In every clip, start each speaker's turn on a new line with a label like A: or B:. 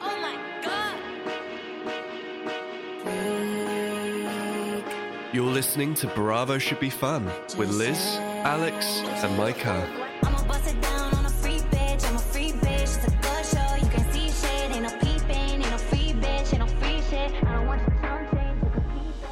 A: Oh
B: You're listening to Bravo Should Be Fun with Liz, Alex, and Micah.
A: I'ma bust it down on a free bitch. I'm a free bitch. It's a good show. You can see shit. Ain't no peeping. Ain't no free bitch. Ain't no free shit. I don't want your tongue chains. You can peep it.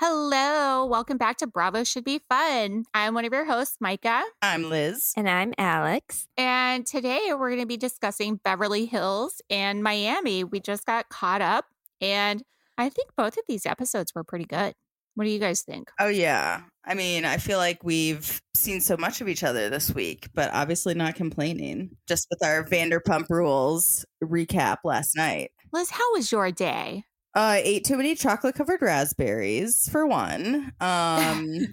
C: Hello, welcome back to Bravo Should Be Fun. I'm one of your hosts, Micah,
D: I'm Liz.
E: And I'm Alex.
C: and today we're going to be discussing Beverly Hills and Miami. We just got caught up, and I think both of these episodes were pretty good. What do you guys think?
D: Oh, yeah. I mean, I feel like we've seen so much of each other this week, but obviously not complaining. Just with our Vanderpump Rules recap last night.
C: Liz, how was your day?
D: Uh, I ate too many chocolate covered raspberries for one. Um,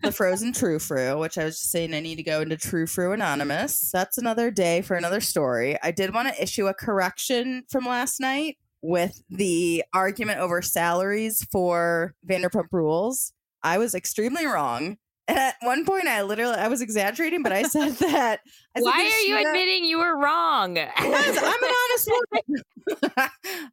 D: the frozen True Fru, which I was just saying, I need to go into True Fru Anonymous. That's another day for another story. I did want to issue a correction from last night with the argument over salaries for Vanderpump Rules. I was extremely wrong. And at one point, I literally I was exaggerating, but I said that. I said
E: Why
D: that
E: are you
D: Sheena-
E: admitting you were wrong?
D: because I'm an honest woman.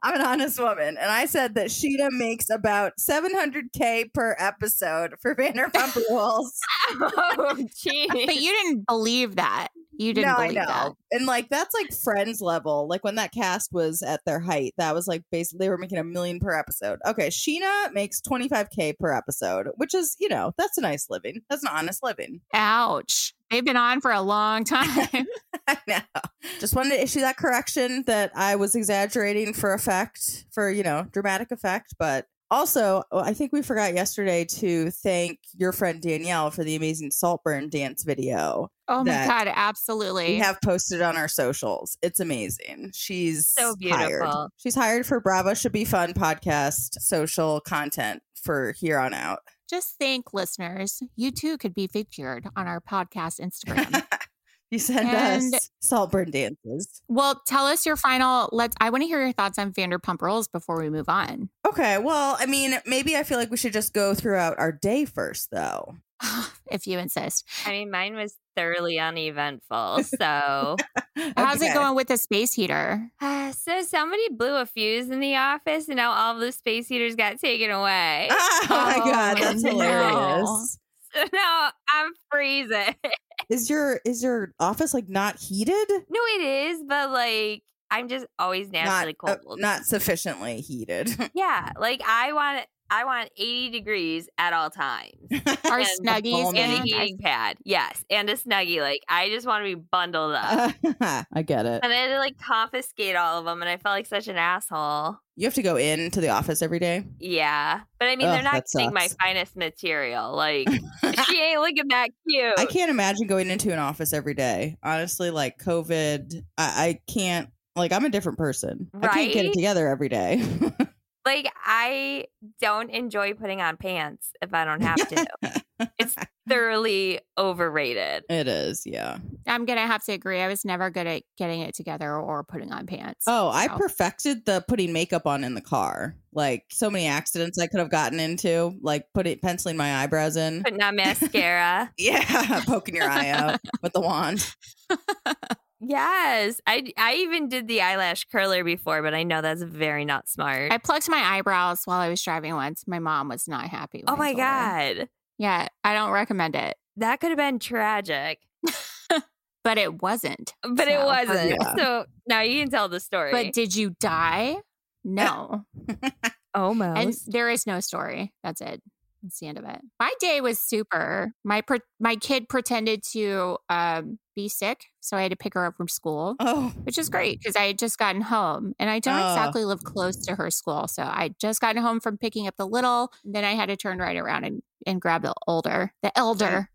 D: I'm an honest woman. And I said that Sheeta makes about 700K per episode for Vanderpump Rules.
E: oh, jeez.
C: But you didn't believe that. You didn't
D: no, I
C: believe
D: know.
C: that.
D: And like, that's like friends level. Like, when that cast was at their height, that was like basically they were making a million per episode. Okay. Sheena makes 25K per episode, which is, you know, that's a nice living. That's an honest living.
C: Ouch. They've been on for a long time.
D: I know. Just wanted to issue that correction that I was exaggerating for effect, for, you know, dramatic effect. But also, oh, I think we forgot yesterday to thank your friend Danielle for the amazing Saltburn dance video
C: oh my
D: That-
C: God,
D: we
C: absolutely.
D: have posted on our socials. It's amazing. She's
E: So
D: Hired.
E: beautiful.
D: She's hired for Bravo Should Be Fun podcast social content for here on out.
C: Just think, listeners, you too could be featured on our podcast Instagram.
D: you send
C: And-
D: us Saltburn dances.
C: Well, tell us your final. Let's. I want to hear your thoughts on Vanderpump Rules before we move on.
D: Okay, well, I mean, maybe I feel like we should just go throughout our day first, though.
C: if you insist.
E: I mean, mine was thoroughly uneventful. So,
C: How's
D: Okay.
C: it going with the space heater?
E: Uh, so somebody blew a fuse in the office, and now all the space heaters got taken away.
D: Oh, my
C: Oh,
D: god, that's
C: no.
D: hilarious.
E: So now I'm freezing.
D: Is your is your office like not heated?
E: no, it is, but like I'm just always
D: Not,
E: naturally
D: uh,
E: cold.
D: not sufficiently heated.
E: yeah, like I want I want 80 degrees at all times.
C: Our
E: And the
C: snuggies
D: balmy.
E: and a
C: and I-
E: heating pad. Yes, and a snuggie. Like I just want to be bundled
C: Uh,
E: up.
D: I get it.
E: and I had to like confiscate all of them, and I felt like such an asshole.
D: You have to go into the office every day.
E: Yeah, but I mean,
D: Ugh,
E: they're not
D: that
E: getting my
D: sucks.
E: finest material. Like she ain't looking that cute.
D: I can't imagine going into an office every day. Honestly, like COVID, I, I can't. Like I'm a different person. I can't get it
E: Right?
D: together every day.
E: Like I don't enjoy putting on pants if I don't have to. It's- Thoroughly overrated.
D: it is, yeah.
C: I'm gonna have to agree. I was never good at getting it together or putting on pants.
D: Oh, I
C: So-
D: perfected the putting makeup on in the car. Like so many accidents I could have gotten into, like putting penciling my eyebrows in.
E: Putting on mascara.
D: Yeah, poking your eye out with the wand.
E: Yes, I I even did the eyelash curler before, but I know that's very not smart.
C: I plucked my eyebrows while I was driving once. My mom was not happy. when
E: oh
C: I
E: my
C: told her.
E: god,
C: Yeah, I don't recommend it,
E: that could have been tragic.
C: but it wasn't.
E: But it
C: So-
E: wasn't.
D: Yeah.
E: So now you can tell the story.
C: But did you die? No.
E: almost.
C: and there is no story. That's it. That's the end of it. My day was super. My pre- my kid pretended to um, be sick, so I had to pick her up from school,
D: Oh,
C: which is great because I had just gotten home and I don't
D: Oh.
C: exactly live close to her school, so I just gotten home from picking up the little. and then I had to turn right around and and grab the older, the elder.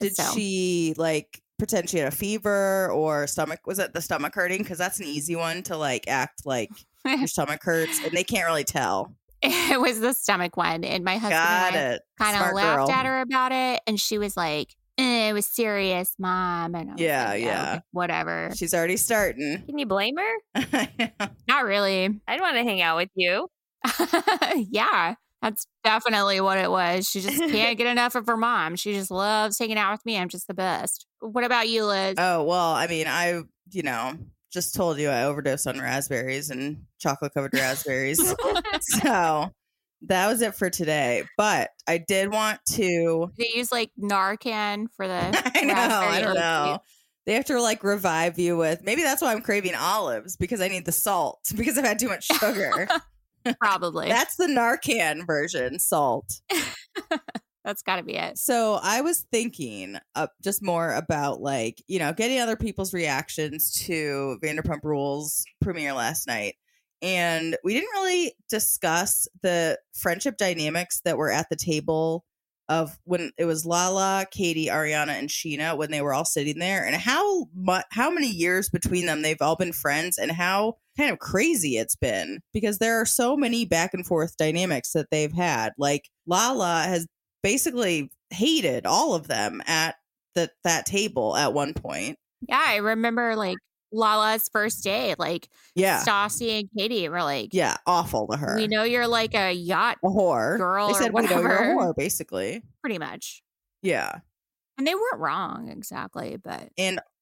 D: did
C: So-
D: she like pretend she had a fever or stomach? Was it the stomach hurting? Because that's an easy one to like act like your stomach hurts and they can't really tell.
C: it was the stomach one, and my husband
D: Got
C: and I
D: it.
C: kind
D: Smart
C: of laughed
D: girl.
C: at her about it, and she was like, eh, "It was serious, mom." And I was
D: Yeah,
C: like,
D: yeah.
C: okay, whatever.
D: She's already starting.
E: can you blame her?
C: Not really.
E: I'd want to hang out with you.
C: yeah, that's definitely what it was. She just can't get enough of her mom. She just loves hanging out with me. I'm just the best. What about you, Liz?
D: oh well, I mean, I you know just told you I overdosed on raspberries and chocolate covered raspberries, so that was it for today. But I did want to.
C: They use like Narcan for the.
D: I know. I
C: raspberry leaf.
D: don't know. They have to like revive you with. Maybe that's why I'm craving olives because I need the salt because I've had too much sugar.
C: Probably. that's
D: that's the Narcan version, salt.
C: got to be it.
D: So I was thinking uh, just more about like, you know, getting other people's reactions to Vanderpump Rules premiere last night. And we didn't really discuss the friendship dynamics that were at the table of when it was Lala, Katie, Ariana, and Sheena when they were all sitting there and how much how many years between them they've all been friends and how kind of crazy it's been because there are so many back and forth dynamics that they've had. Like Lala has basically hated all of them at the, that table at one point.
C: Yeah, I remember like Lala's first day. Like
D: Yeah.
C: Stassi and Katie were like,
D: Yeah. Awful to her.
C: we know you're like a yacht,
D: a whore.
C: girl
D: they
C: or
D: said, we know you're a
C: whatever."
D: whore, basically.
C: pretty much.
D: Yeah.
C: And they weren't wrong exactly, but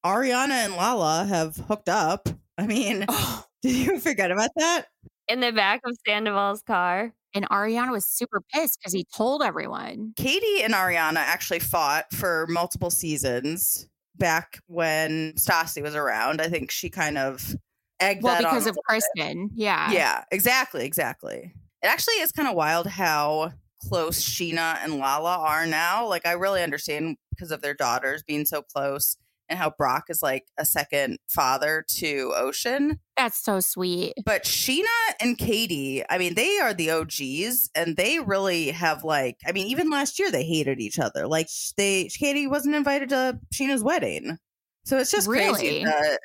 D: Ariana and Lala have hooked up. I mean,
C: Oh.
D: did you forget about that?
E: in the back of Sandoval's car.
C: and Ariana was super pissed because he told everyone.
D: Katie and Ariana actually fought for multiple seasons back when Stassi was around. I think she kind of egged
C: Well,
D: that on
C: because
D: a
C: of Kristen. Yeah.
D: Yeah, exactly, exactly. It actually is kind of wild how close Sheena and Lala are now. Like I really understand because of their daughters being so close and how Brock is like a second father to Ocean.
C: That's so sweet.
D: But Sheena and Katie, I mean, they are the OGs and they really have like I mean, even last year they hated each other. Like sh- they Katie wasn't invited to Sheena's wedding. So it's just
C: Really?
D: crazy. that-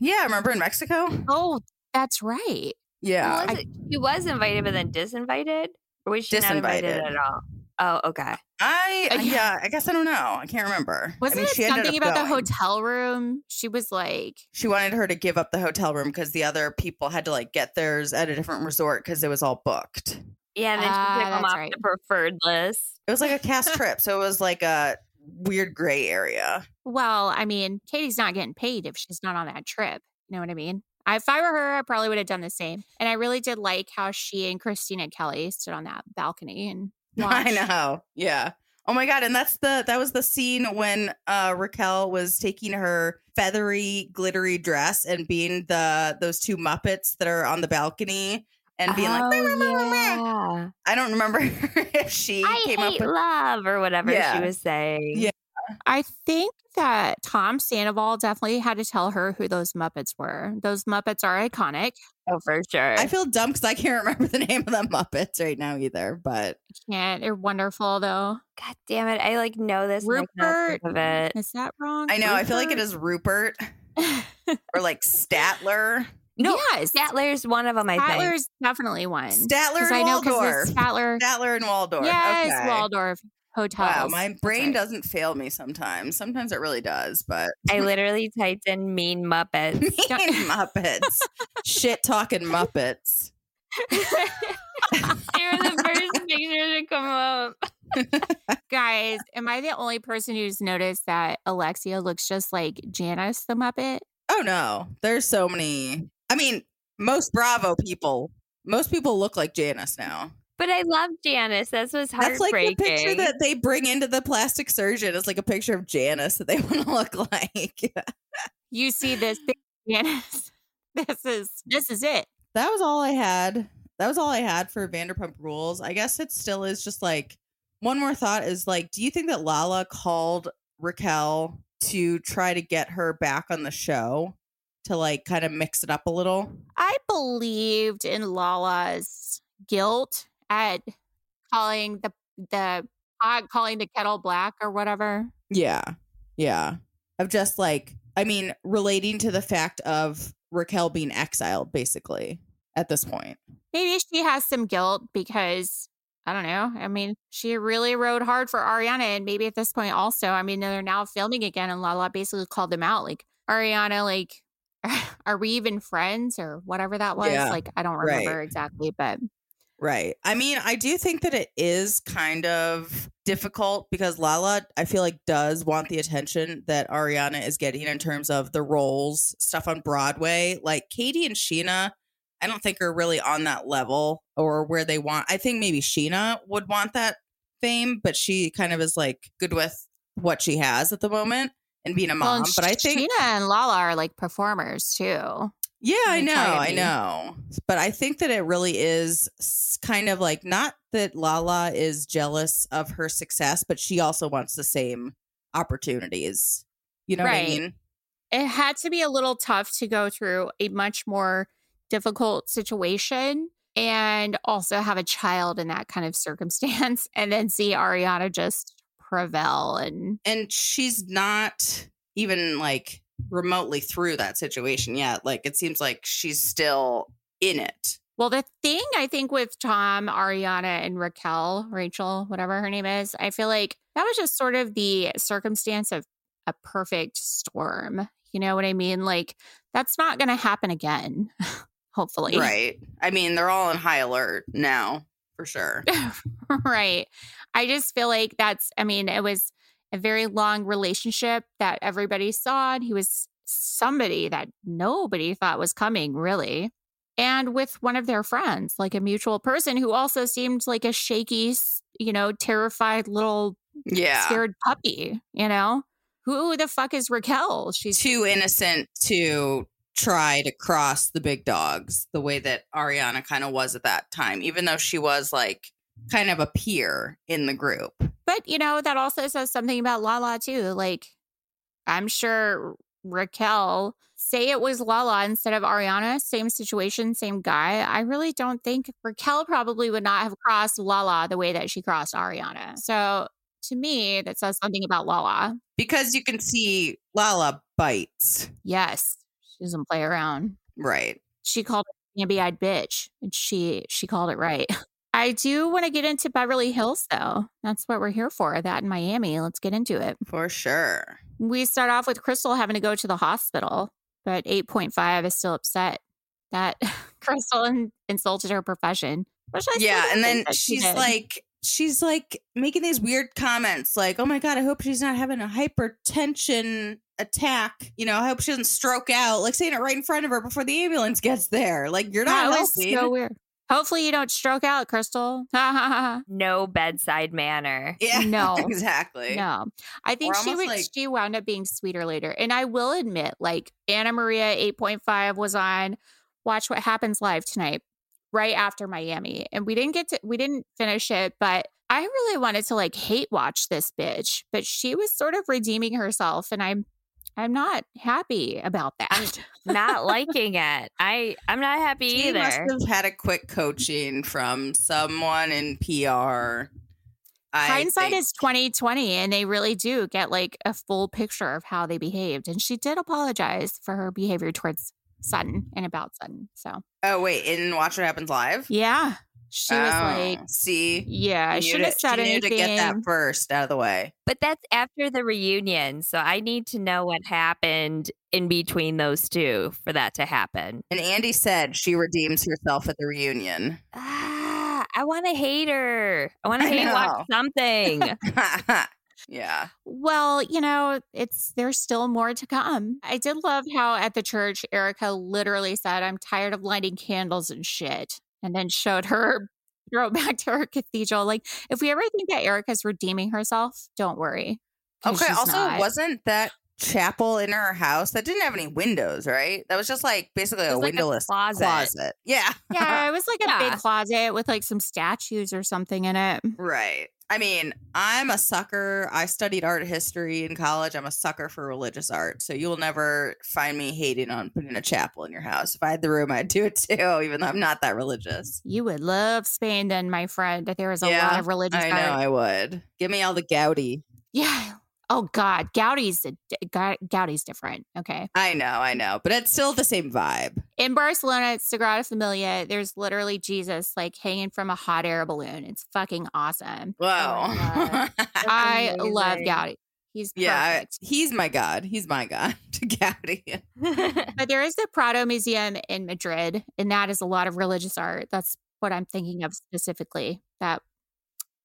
D: yeah, remember in Mexico?
C: Oh, that's right.
D: Yeah.
E: Well, is it- she was invited, but then disinvited, or was she not
D: Disinvited.
E: invited at all? Oh, okay.
D: I
C: Uh,
D: uh,
C: yeah.
D: yeah, I guess I don't know. I can't remember. I
C: Wasn't
D: mean,
C: it
D: she ended
C: something
D: up
C: about the
D: going.
C: hotel room? She was like,
D: She wanted her to give up the hotel room because the other people had to like get theirs at a different resort because it was all booked.
E: Yeah, and then
C: Ah,
E: she took them
C: that's
E: off
C: right.
E: the preferred list.
D: It was like a cast trip, so it was like a weird gray area.
C: well, I mean, Katie's not getting paid if she's not on that trip. You know what I mean? If I were her, I probably would have done the same. And I really did like how she and Christina Kelly stood on that balcony and
D: I
C: watched.
D: know. Yeah. Oh my god! And that's the that was the scene when uh, Raquel was taking her feathery, glittery dress and being the those two Muppets that are on the balcony and being like,
C: Oh,
D: "Meow, meow, meow, meow, meow."
E: yeah.
D: I don't remember if she
E: I
D: came up
E: hate
D: with
E: love or whatever
D: Yeah.
E: she was saying.
D: Yeah.
C: I think that Tom Sandoval definitely had to tell her who those Muppets were. Those Muppets are iconic.
E: Oh, for sure.
D: I feel dumb because I can't remember the name of the Muppets right now either. But
C: Can't. They're wonderful, though.
E: God damn it! I like know this. and I cannot
C: Rupert.
E: think of it.
C: Is that wrong?
D: I know I feel like it is Rupert
C: Rupert?
D: or like Statler.
E: No,
C: yes.
E: Statler's one of them. I think.
C: Statler's definitely one.
D: Statler
C: 'Cause
D: and
C: I know
D: Waldorf.
C: because Statler.
D: Statler and Waldorf.
C: Yes,
D: okay.
C: Waldorf hotels.
D: Wow, my
C: That's
D: brain
C: right.
D: doesn't fail me sometimes. Sometimes it really does, but
E: I literally typed in "mean Muppets."
C: Don't-
D: Muppets, shit talking Muppets.
E: they were the first picture to come up.
C: Guys, am I the only person who's noticed that Alexia looks just like Janice the Muppet?
D: Oh no, there's so many. I mean, most Bravo people, most people look like Janice now.
E: But I love Janice. This was
D: That's like the
E: heartbreaking.
D: picture that they bring into the plastic surgeon. It's like a picture of Janice that they want to look like.
C: You see this big Janice. This is this is it.
D: that was all I had. That was all I had for Vanderpump Rules. I guess it still is just like one more thought is like, do you think that Lala called Raquel to try to get her back on the show to like kind of mix it up a little?
C: I believed in Lala's guilt at calling the the pot calling the kettle black or whatever.
D: Yeah. Yeah. Of just like, I mean, relating to the fact of Raquel being exiled basically at this point.
C: Maybe she has some guilt because I don't know. I mean, she really rode hard for Ariana, and maybe at this point also, I mean, they're now filming again, and Lala basically called them out, like Ariana, like, are we even friends or whatever that was?
D: Yeah,
C: Like, I don't
D: right.
C: remember exactly, but
D: Right. I mean, I do think that it is kind of difficult because Lala, I feel like, does want the attention that Ariana is getting in terms of the roles, stuff on Broadway. Like Katie and Sheena, I don't think are really on that level or where they want. I think maybe Sheena would want that fame, but she kind of is like good with what she has at the moment and being a
C: Well,
D: mom.
C: and
D: but I
C: Sh-
D: think
C: Sheena and Lala are like performers too.
D: yeah, I
C: and
D: know, I
C: Tyree.
D: know. But I think that it really is s- kind of like not that Lala is jealous of her success, but she also wants the same opportunities. You know
C: Right.
D: what I mean?
C: It had to be a little tough to go through a much more difficult situation and also have a child in that kind of circumstance and then see Ariana just prevail and
D: And she's not even like remotely through that situation yet. Like it seems like she's still in it.
C: Well, the thing I think with Tom, Ariana, and Raquel, Rachel, whatever her name is, I feel like that was just sort of the circumstance of a perfect storm. You know what I mean? Like, that's not going to happen again, hopefully.
D: Right. I mean, they're all on high alert now for sure.
C: right. I just feel like that's, I mean, it was a very long relationship that everybody saw, and he was somebody that nobody thought was coming, really. And with one of their friends, like a mutual person who also seemed like a shaky, s- you know, terrified little
D: Yeah.
C: scared puppy, you know? Who the fuck is Raquel? She's
D: too innocent to try to cross the big dogs the way that Ariana kind of was at that time, even though she was like kind of a peer in the group.
C: But you know, that also says something about Lala too. Like, I'm sure Raquel, say it was Lala instead of Ariana, same situation, same guy. I really don't think Raquel probably would not have crossed Lala the way that she crossed Ariana. So to me, that says something about Lala.
D: Because you can see Lala bites.
C: Yes, she doesn't play around.
D: Right.
C: she called it a gamby-eyed bitch and she she called it right i do want to get into beverly hills though that's what we're here for that in miami let's get into it
D: For sure.
C: we start off with crystal having to go to the hospital but 8.5 is still upset that crystal in- insulted her profession which I still
D: Yeah.
C: don't think
D: And then
C: that she
D: she's
C: did.
D: like, she's like making these weird comments like, oh my God, I hope she's not having a hypertension attack. You know, I hope she doesn't stroke out, like saying it right in front of her before the ambulance gets there. Like, you're
C: that
D: not
C: was
D: healthy.
C: so weird hopefully you don't stroke out crystal
E: No bedside manner.
D: Yeah.
C: No.
D: Exactly.
C: No, I think she
D: almost
C: would.
D: like-
C: she wound up being sweeter later, and I will admit, like Anna Maria eight point five was on Watch What Happens Live tonight, right after Miami, and we didn't get to we didn't finish it, but I really wanted to like hate watch this bitch, but she was sort of redeeming herself, and I'm I'm not happy about that.
E: Not liking it. I I'm not happy
D: She
E: either.
D: must have had a quick coaching from someone in PR. I
C: Hindsight
D: think-
C: is twenty twenty, and they really do get like a full picture of how they behaved, and she did apologize for her behavior towards. Sutton and about Sutton. So
D: Oh wait, in Watch What Happens Live,
C: Yeah. She was like,
D: Oh, "See,
C: yeah, I
D: She knew
C: should have
D: to-
C: said
D: she knew
C: anything.
D: to get that first out of the way."
E: But that's after the reunion. So I need to know what happened in between those two for that to happen.
D: And Andy said she redeems herself at the reunion.
E: Ah, I want to hate her. I want to
D: I
E: hate watch something.
D: yeah,
C: well, you know, it's there's still more to come. I did love how at the church Erica literally said, "I'm tired of lighting candles and shit," and then showed her throw it back to her cathedral. Like, if we ever think that Erica's redeeming herself, don't worry. 'cause
D: okay.
C: she's
D: Also,
C: not.
D: wasn't that chapel in her house that didn't have any windows? Right, that was just like basically
E: It
D: a
E: was like a
D: windowless
E: closet.
D: closet. Yeah,
C: yeah, it was like a
E: Yeah.
C: big closet with like some statues or something in it.
D: Right. I mean, I'm a sucker. I studied art history in college. I'm a sucker for religious art. So you'll never find me hating on putting a chapel in your house. If I had the room, I'd do it too, even though I'm not that religious.
C: You would love Spain, then, my friend. There was a lot
D: Yeah,
C: of religious
D: I know
C: art
D: I would. Give me all the Gaudi.
C: Yeah. Oh God, Gaudi's a di- Gau- Gaudi's different. Okay.
D: I know, I know. But it's still the same vibe.
C: In Barcelona at Sagrada Familia, there's literally Jesus like hanging from a hot air balloon. It's fucking awesome.
D: Wow.
E: God.
C: I love
E: Amazing.
C: Gaudi. He's
D: yeah. I-
C: perfect.
D: he's my God. He's my God to Gaudi.
C: But there is the Prado Museum in Madrid, and that is a lot of religious art. That's what I'm thinking of specifically. That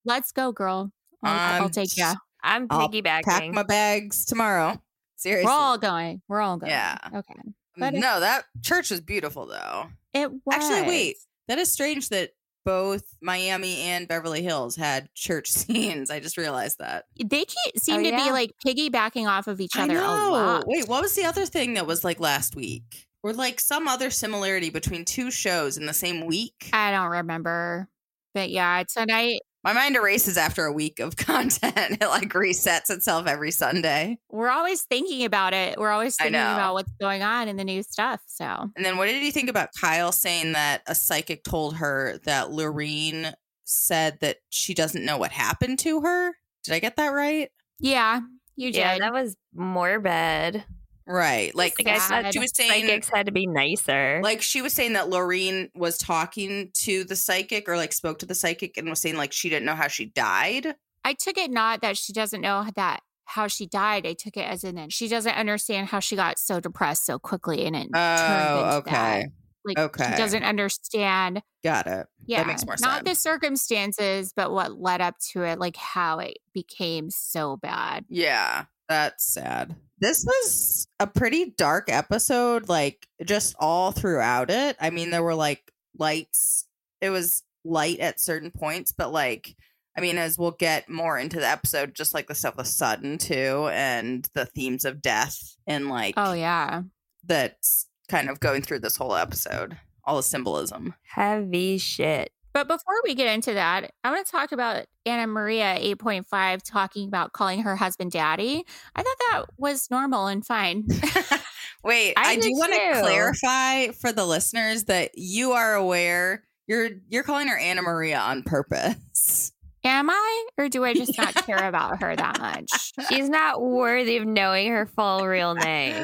C: let's go, girl. I'll, I'll
D: I'm
C: take you.
E: I'm
D: I'll Pack
E: piggybacking.
D: my bags tomorrow. Seriously.
C: We're all going. We're all going.
D: Yeah.
C: Okay. but it-
D: no, that church was beautiful though.
C: It was.
D: Actually, wait. That is strange that both Miami and Beverly Hills had church scenes. I just realized that.
C: They can't seem
E: Oh,
C: to
E: yeah.
C: be like piggybacking off of each
D: I
C: other a lot.
D: Wait, what was the other thing that was like last week? Or like some other similarity between two shows in the same week?
C: I don't remember. But yeah, tonight
D: My mind erases after a week of content. It like resets itself every Sunday.
C: we're always thinking about it. We're always
D: I
C: thinking
D: know.
C: about what's going on in the new stuff. So
D: And then what did you think about Kyle saying that a psychic told her that Lorene said that she doesn't know what happened to her? Did I get that right?
C: yeah, you did.
E: Yeah, that was morbid.
D: Right. Like
E: Like I
C: Sad.
E: thought
D: she was saying
E: psychics had to be nicer.
D: like she was saying that Lorene was talking to the psychic or like spoke to the psychic and was saying like she didn't know how she died.
C: I took it not that she doesn't know that how she died. I took it as in that she doesn't understand how she got so depressed so quickly and it turned into
D: Oh,
C: that.
D: okay.
C: Like
D: Okay.
C: she doesn't understand.
D: Got it.
C: Yeah,
D: makes more
C: not the
D: sense.
C: circumstances, but what led up to it, like how it became so bad.
D: Yeah, that's sad. This was a pretty dark episode, like just all throughout it. I mean, there were like lights. It was light at certain points, but like, I mean, as we'll get more into the episode, just like the stuff with Sutton too, and the themes of death, and like,
C: Oh yeah,
D: that's kind of going through this whole episode, all the symbolism.
E: Heavy shit.
C: But before we get into that, I want to talk about Anna Maria 8.5 talking about calling her husband daddy. I thought that was normal and fine.
D: Wait, I,
E: I
D: do
E: did
D: want to
E: too.
D: clarify for the listeners that you are aware you're you're calling her Anna Maria on purpose.
C: Am I, or do I just not care about her that much?
E: She's not worthy of knowing her full real name,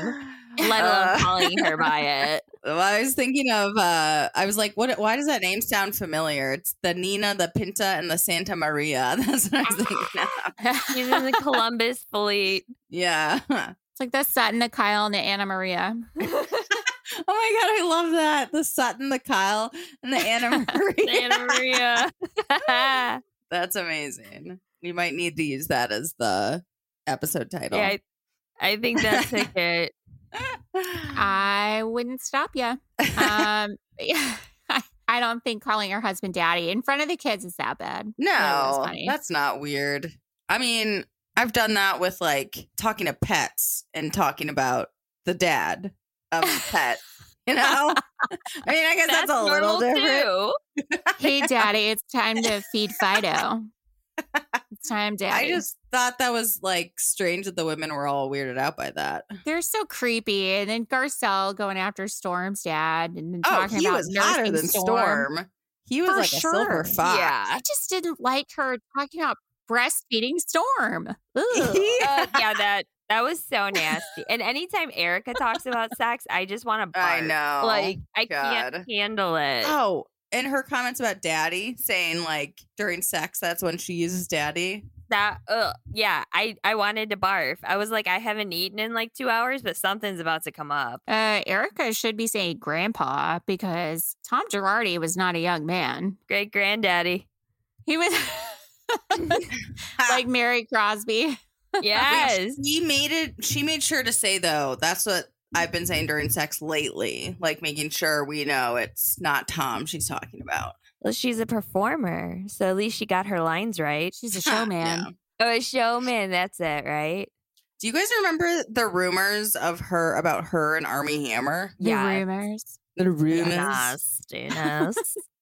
E: let alone
D: Uh,
E: calling her by it.
D: well, I was thinking of uh I was like, what why does that name sound familiar? It's the Nina, the Pinta, and the Santa Maria. That's what I was thinking of.
E: She's in the Columbus fleet.
D: Yeah. Oh
C: It's like the Sutton, the Kyle, and the Anna Maria.
D: my god, I love that. The Sutton, the Kyle, and the Anna Maria.
E: Santa Maria. yeah,
D: That's amazing. You might need to use that as the episode title.
E: I, I think that's it.
C: I wouldn't stop you. Um, I don't think calling her husband daddy in front of the kids is that bad. was
D: No,
C: funny.
D: that's not weird. I mean, I've done that with like talking to pets and talking about the dad of the pet. You know, I mean, I guess that's, a little
E: normal
D: different.
E: too.
C: Hey, daddy, it's time to feed Fido. It's time, daddy.
D: I just thought that was like strange that the women were all weirded out by that. Oh,
C: They're so creepy. And then Garcelle going after Storm's dad and then
D: Oh,
C: talking
D: he
C: about
D: was hotter
C: nursing
D: than Storm. He was
C: For
D: like a silver
C: sure.
D: fox.
E: Yeah.
C: I just didn't like her talking about breastfeeding Storm. Ugh.
D: He-
E: Uh, yeah, that that was so nasty. And anytime Erica talks about sex, I just want to.
D: I know.
E: Like eh. I
D: God.
E: can't handle it.
D: Oh, and her comments about daddy saying like during sex, that's when she uses daddy.
E: That ugh, yeah, I I wanted to barf. I was like, I haven't eaten in like two hours, but something's about to come up.
C: Uh, Erica should be saying grandpa because Tom Girardi was not a young man.
E: Great granddaddy.
C: He was
D: Ah.
C: like Mary Crosby.
E: Yes.
D: He made it she made sure to say though, that's what I've been saying during sex lately, like making sure we know it's not Tom she's talking about.
E: well, she's a performer, so at least she got her lines right.
C: She's a
D: No.
C: showman.
E: Oh, a showman. That's it, right?
D: Do you guys remember the rumors of her about her and Army Hammer?
C: The
E: Yeah.
C: rumors.
D: The rumors.
E: Nastiness.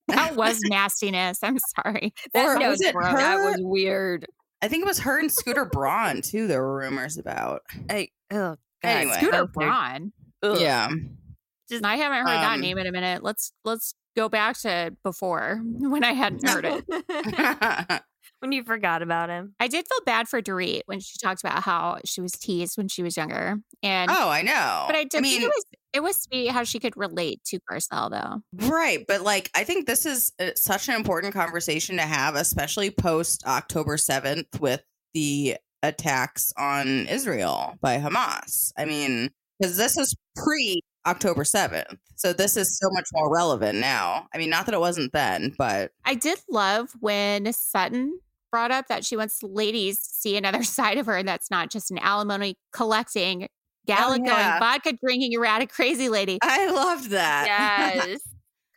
C: That was nastiness. I'm sorry.
D: Or
E: no,
D: was it
E: bro, That
D: her?
E: was weird.
D: I think it was her and Scooter Braun too. There were rumors about.
E: I, oh, God.
D: Anyway.
C: Scooter
E: both are-
C: Braun.
E: ugh.
D: Yeah,
E: Just-
C: I haven't heard that
D: Um,
C: name in a minute. Let's let's go back to before when I hadn't heard it.
E: when you forgot about him.
C: I did feel bad for Dorit when she talked about how she was teased when she was younger. And
D: oh, I know.
C: but I did
D: I
C: think
D: mean,
C: it was it was sweet how she could relate to Garcelle though.
D: Right, but like I think this is uh, such an important conversation to have, especially post October 7th with the attacks on Israel by Hamas. I mean, cuz this is pre October 7th. So this is so much more relevant now. I mean, not that it wasn't then, but
C: I did love when Sutton brought up that she wants ladies to see another side of her and that's not just an alimony collecting, gala
D: Oh,
C: going,
D: yeah.
C: vodka drinking erratic crazy lady.
D: I loved that.
E: Yes.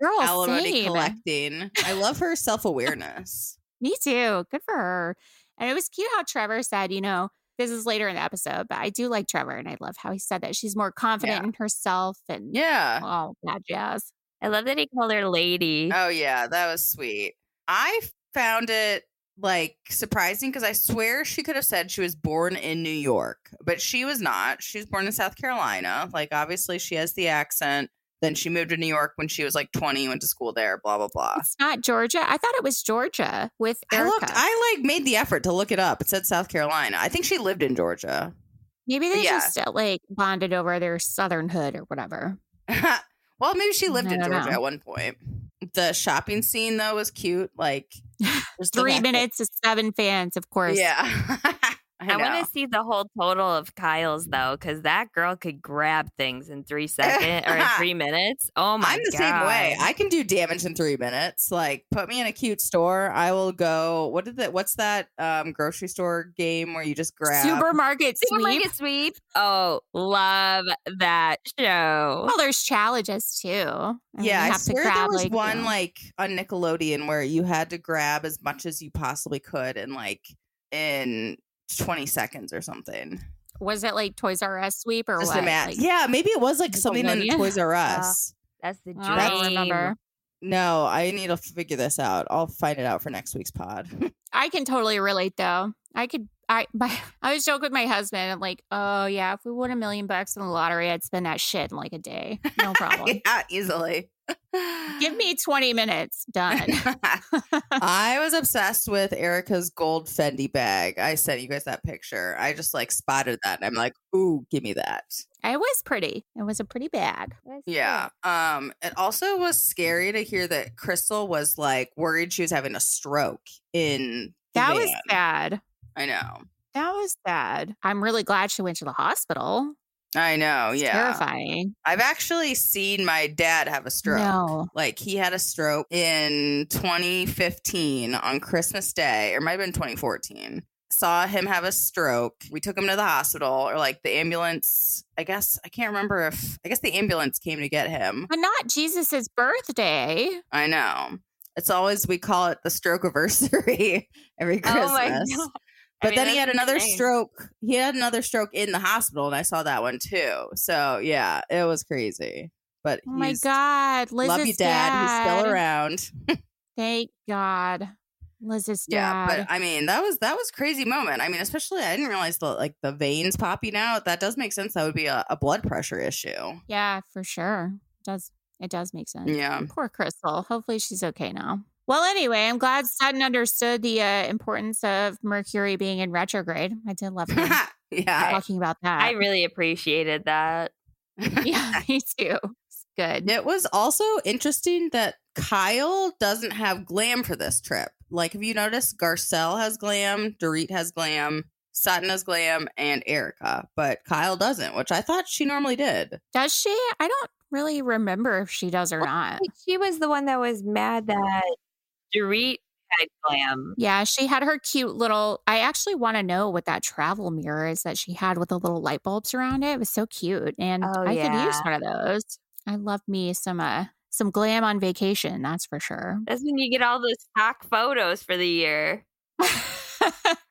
C: Girl,
D: alimony
C: same.
D: collecting. I love her self awareness.
C: Me too. Good for her. And it was cute how Trevor said, you know, this is later in the episode, but I do like Trevor and I love how he said that she's more confident in herself and
D: Yeah.
C: all that jazz.
E: I love that he called her lady.
D: Oh yeah, that was sweet. I found it like surprising because I swear she could have said she was born in New York, but she was not. She was born in South Carolina. Like obviously she has the accent. Then she moved to New York when she was like 20, went to school there, blah blah blah.
C: It's not Georgia. I thought it was Georgia with
D: Uh I
C: Erica.
D: looked I like made the effort to look it up. It said South Carolina. I think she lived in Georgia.
C: Maybe they
D: yeah.
C: just uh, like bonded over their southern hood or whatever.
D: well, maybe she lived
C: I
D: in
C: don't
D: Georgia
C: know.
D: at one point. The shopping scene though was cute. Like just the
C: Three
D: fact that-
C: minutes to seven fans, of course.
D: Yeah. I,
E: I
D: know.
E: want to see the whole total of Kyle's though, because that girl could grab things in three seconds or in three minutes. Oh my!
D: I'm the same way.
E: God.
D: I can do damage in three minutes. Like, put me in a cute store. I will go. What did that? What's that um, grocery store game where you just grab?
C: Supermarket sweep.
E: Supermarket sweep. Oh, love that show.
C: Well, there's challenges too. And then
D: yeah,
C: you
D: I
C: have to
D: swear there
C: grab,
D: was
C: like, you
D: one
C: know-
D: like on Nickelodeon where you had to grab as much as you possibly could in like in 20 seconds or something.
C: was it like Toys R Us sweep or
D: Just
C: what?
D: a mat.
C: Like,
D: yeah, maybe it was like something in
C: Nickelodeon?
D: Toys R Us.
E: That's the dream.
C: I don't remember.
D: no, I need to figure this out. I'll find it out for next week's pod.
C: I can totally relate though. I could. I my, I was joking with my husband. I'm like, oh yeah, if we won a million bucks in the lottery, I'd spend that shit in like a day. No problem.
D: yeah, easily.
C: Give me 20 minutes. Done.
D: I was obsessed with Erica's gold Fendi bag. I sent you guys that picture. I just like spotted that and I'm like, ooh, give me that.
C: it was pretty. It was a pretty bag.
D: Yeah. Um, it also was scary to hear that Crystal was like worried she was having a stroke in the
C: That was
D: van.
C: sad.
D: I know.
C: That was sad. I'm really glad she went to the hospital.
D: I know.
C: It's
D: yeah.
C: Terrifying.
D: I've actually seen my dad have a stroke.
C: No.
D: Like he had a stroke in 2015 on Christmas Day, or might have been 2014. Saw him have a stroke. We took him to the hospital, or like the ambulance. I guess I can't remember if I guess the ambulance came to get him.
C: But not Jesus's birthday.
D: I know. It's always we call it the stroke anniversary every Christmas.
E: Oh my God.
D: But
E: mean,
D: then he
E: that's
D: had another
E: insane.
D: stroke. He had another stroke in the hospital, and I saw that one too. So yeah, it was crazy. But
C: Oh my
D: he's-
C: God. Liz's
D: love you, Dad. He's still around.
C: Thank God. Liz's
D: Yeah,
C: dad.
D: but I mean, that was that was crazy moment. I mean, especially I didn't realize the like the veins popping out. That does make sense. That would be a, a blood pressure issue.
C: yeah, for sure. does it does make sense.
D: Yeah.
C: Poor Crystal. Hopefully she's okay now. Well, anyway, I'm glad Sutton understood the uh, importance of Mercury being in retrograde. I did love him
D: yeah.
C: talking about
E: I
C: that.
E: really appreciated that.
C: yeah, me too. It's good.
D: It was also interesting that Kyle doesn't have glam for this trip. Like, have you noticed Garcelle has glam, Dorit has glam, Sutton has glam, and Erica, but Kyle doesn't, which I thought she normally did.
C: Does she? I don't really remember if she does or not.
E: She was the one that was mad that Dorit had glam.
C: Yeah, she had her cute little. I actually want to know what that travel mirror is that she had with the little light bulbs around it. It was so cute, and
E: Oh,
C: I could use
E: yeah.
C: one of those. I love me some uh some glam on vacation. That's for sure.
E: That's when you get all those stock photos for the year.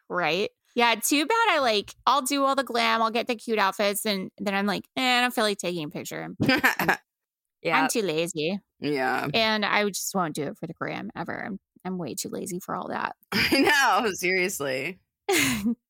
C: right? Yeah. Too bad. I like. I'll do all the glam. I'll get the cute outfits, and then I'm like, eh, I don't feel like taking a picture. I'm,
E: Yeah,
C: I'm too lazy,
D: yeah.
C: and I would- just won't do it for the gram ever. I'm, I'm way too lazy for all that.
D: I know, seriously.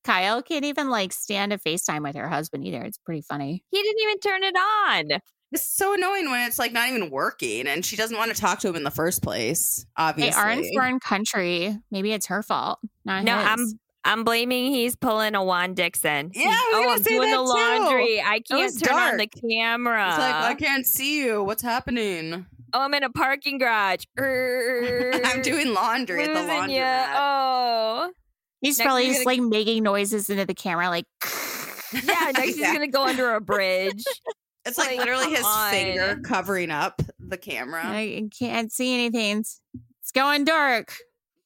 C: Kyle can't even like stand to FaceTime with her husband either. It's pretty funny.
E: he didn't even turn it on.
D: It's so annoying when it's like not even working and she doesn't want to talk to him in the first place,
C: They
D: obviously.
C: are in foreign country. Maybe it's her fault. Not
E: No,
C: his.
E: I'm
D: um,
E: I'm blaming he's pulling a Juan Dixon.
D: Yeah, I was
E: oh,
D: gonna
E: I'm
D: say
E: doing
D: that
E: the
D: too.
E: laundry. I
D: was
E: can't turn on the
D: dark.
E: camera.
D: It's like, I can't see you. What's happening?
E: oh, I'm in a parking garage.
D: I'm
E: I'm
D: doing laundry at the laundromat.
E: Oh,
C: He's
E: next
C: probably
E: you're
C: just
E: gonna-
C: like making noises into the camera, like
E: yeah. Next he's
D: Yeah.
E: gonna go under a bridge.
D: It's like,
E: Like,
D: literally his
E: come
D: finger
E: on.
D: covering up the camera.
C: I can't see anything. It's it's going dark.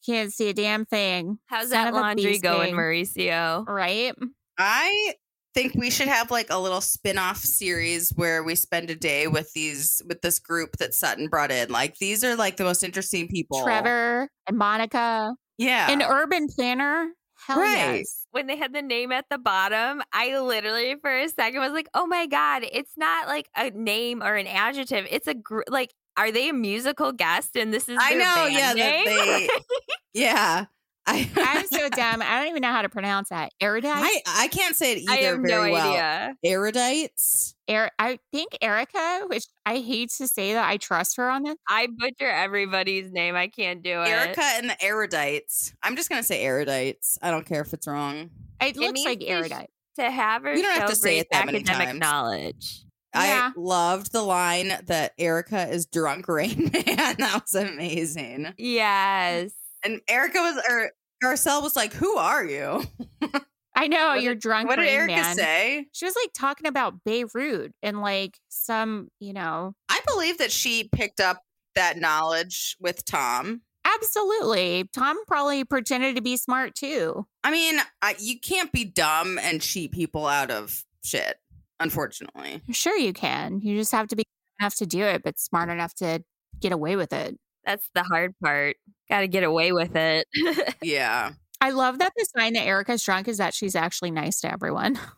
C: Can't see a damn thing.
E: How's
C: Son
E: that
C: of a
E: laundry
C: beast
E: going,
C: thing.
E: Mauricio?
C: Right?
D: I think we should have like a little spin-off series where we spend a day with these with this group that Sutton brought in. Like these are like the most interesting people.
C: Trevor and Monica,
D: Yeah.
C: an urban planner. Hell
D: Right.
C: yes.
E: when they had the name at the bottom, I literally for a second was like, "Oh my god, it's not like a name or an adjective. It's a gr- like are they a musical guest and this is
D: I
E: their
D: know,
E: band
D: yeah, that
E: name?
D: they Yeah. I
C: I'm so dumb. I don't even know how to pronounce that. Erudite.
D: I, I can't say it either
E: I have no
D: very well.
E: idea.
D: Erudites.
C: Er- I think Erica, which I hate to say that I trust her on this.
E: I butcher everybody's name. I can't do it.
D: Erica and the erudites. I'm just gonna say erudites. I don't care if it's wrong.
C: It, looks
E: means
C: like
E: they sh-
C: erudite.
E: to have her
D: You don't have to say
E: celebrate
D: it that many
E: academic
D: times.
E: knowledge.
C: Yeah.
D: I loved the line that Erica is drunk rain man. That was amazing.
E: Yes.
D: And Erica was or Garcelle was like, Who are you?
C: I know
D: What
C: you're drunk.
D: what did
C: Rain
D: Erica
C: Man.
D: say?
C: She was like talking about Beirut and like some, you know,
D: I believe that she picked up that knowledge with Tom.
C: absolutely. Tom probably pretended to be smart too.
D: I mean, I, you can't be dumb and cheat people out of shit, unfortunately.
C: Sure, you can. You just have to be good enough to do it, but smart enough to get away with it.
E: That's the hard part. Got to get away with it.
D: Yeah.
C: I love that the sign that Erica's drunk is that she's actually nice to everyone.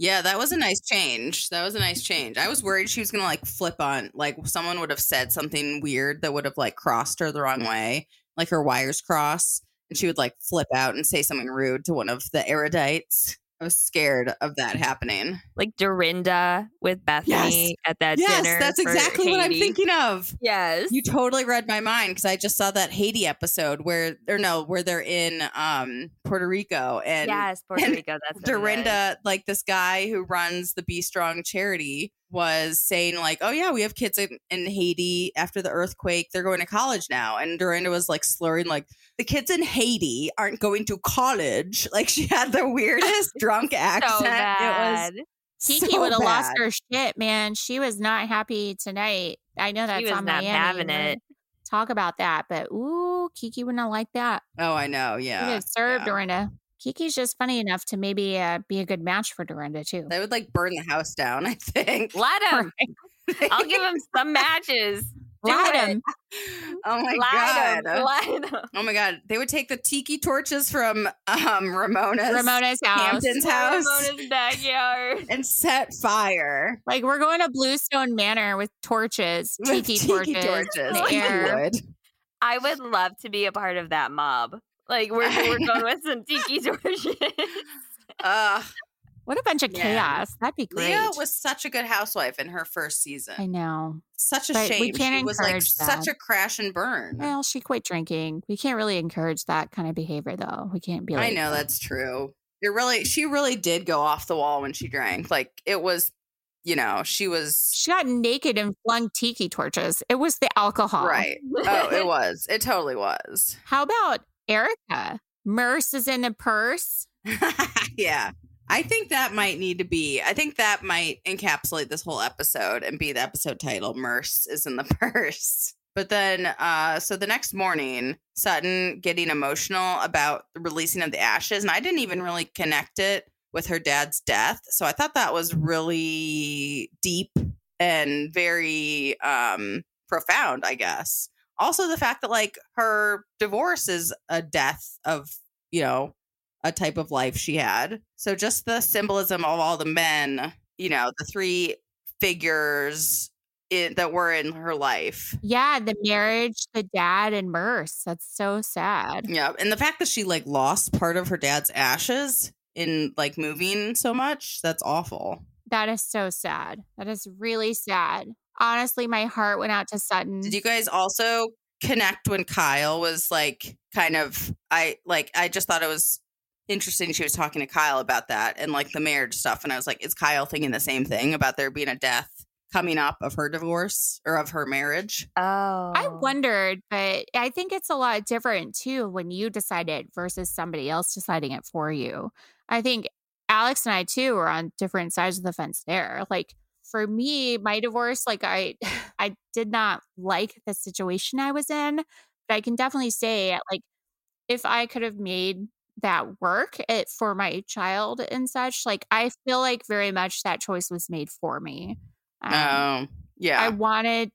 D: Yeah, that was a nice change. That was a nice change. I was worried she was going to like flip on, like someone would have said something weird that would have like crossed her the wrong way, like her wires cross, and she would like flip out and say something rude to one of the erudites. I was scared of that happening.
E: like Dorinda with Bethany at that dinner.
D: that's
E: for
D: exactly what I'm
E: Haiti.
D: thinking of.
E: Yes.
D: You totally read my mind because I just saw that Haiti episode where, or no, where they're in um Puerto Rico and
E: yes, Puerto
D: and
E: Rico. That's what it is.
D: Dorinda, like this guy who runs the Be Strong charity, was saying like, "Oh yeah, we have kids in, in Haiti after the earthquake. They're going to college now." And Dorinda was like slurring, like, "The kids in Haiti aren't going to college." Like she had the weirdest drunk accent.
E: So
D: It was
E: bad.
C: Kiki
D: so
C: would have lost
D: bad.
C: her shit, man. She was not happy tonight. I know that's
E: was
C: on
E: not
C: Miami.
E: having
C: We're gonna
E: it.
C: Talk about that, but ooh, Kiki would not like that.
D: Oh, I know.
C: Yeah,
D: Yeah,
C: would have served
D: yeah.
C: Dorinda. Kiki's just funny enough to maybe uh, be a good match for Dorinda too.
D: they would like burn the house down. I think.
E: Let him.
C: Right.
E: I'll give him some matches. Do
C: Let
E: it.
C: 'em.
D: Oh my
E: Light 'em,
D: god.
E: light 'em.
D: Oh my god. They would take the tiki torches from um Ramona's
C: Ramona's house.
D: Hampton's house
E: Ramona's backyard.
D: and set fire.
C: Like we're going to Bluestone Manor with torches,
D: with
C: tiki, torches, in the
D: Like, you
C: air.
D: would.
E: I would love to be a part of that mob. Like we're
D: I
E: we're going with some tiki torches.
D: Ugh.
C: What a bunch of
D: Yeah.
C: chaos! That'd be great.
D: Leah was such a good housewife in her first
C: I
D: season.
C: know.
D: Such a
C: but we
D: shame.
C: can't
D: she was like
C: encourage
D: such
C: that.
D: a crash and burn.
C: Well, she quit drinking. We can't really encourage that kind of behavior, though. We can't be like,
D: I know that's true. It really, she really did go off the wall when she drank. Like it was, you know, she was
C: She got naked and flung tiki torches. It was the alcohol.
D: right. Oh, it was. It totally was.
C: How about Erica? Merce is in the purse.
D: yeah. I think that might need to be. I think that might encapsulate this whole episode and be the episode title. Merce is in the purse. But then, uh, so the next morning, Sutton getting emotional about the releasing of the ashes, and I didn't even really connect it with her dad's death. So I thought that was really deep and very um, profound, I guess. Also, the fact that like her divorce is a death of you know a type of life she had. So just the symbolism of all the men, you know, the three figures in, that were in her life.
C: Yeah, the marriage, the dad, and Merce. That's so sad.
D: Yeah, and the fact that she like lost part of her dad's ashes in like moving so much, that's awful.
C: That is so sad. That is really sad. Honestly, my heart went out to Sutton.
D: Did you guys also connect when Kyle was like kind of I like I just thought it was interesting she was talking to Kyle about that and like the marriage stuff and I was like is Kyle thinking the same thing about there being a death coming up of her divorce or of her marriage?
E: oh,
C: I wondered, but I think it's a lot different too when you decide it versus somebody else deciding it for you. I think Alex and I too are on different sides of the fence there. Like for me, my divorce, like I I did not like the situation I was in, but I can definitely say like if I could have made that work it for my child and such. Like I feel like very much that choice was made for me. Um,
D: Um, yeah.
C: I wanted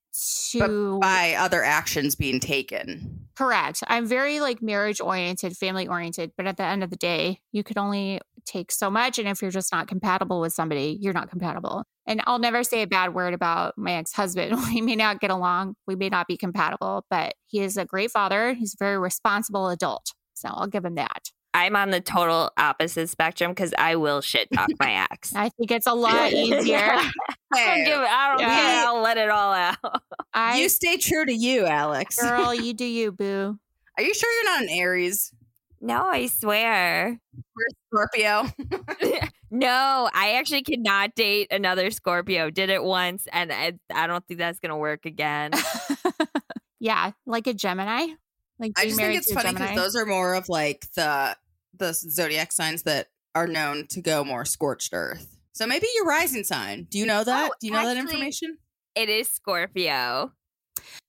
C: to
D: by other actions being taken.
C: correct. I'm very like marriage oriented, family oriented, but at the end of the day, you could only take so much and if you're just not compatible with somebody, you're not compatible. And I'll never say a bad word about my ex-husband. We may not get along, we may not be compatible, but he is a great father. He's a very responsible adult. So I'll give him that.
E: I'm on the total opposite spectrum because I will shit talk my ex.
C: I think it's a lot easier.
E: I don't, give, I don't
C: Yeah.
E: care. I'll let it all out.
C: I
D: you stay true to you, Alex.
C: girl, you do you, boo.
D: Are you sure you're not an Aries
E: No, I swear.
D: or Scorpio?
E: No, I actually cannot date another Scorpio. Did it once, and I, I don't think that's gonna work again.
C: yeah, like a Gemini. Like
D: I
C: being
D: just
C: married
D: think it's
C: to a
D: funny because
C: Gemini.
D: those are more of like the the zodiac signs that are known to go more scorched earth. So maybe your rising sign. Do you know that?
E: Oh,
D: Do you know that
E: actually-
D: information?
E: It is Scorpio.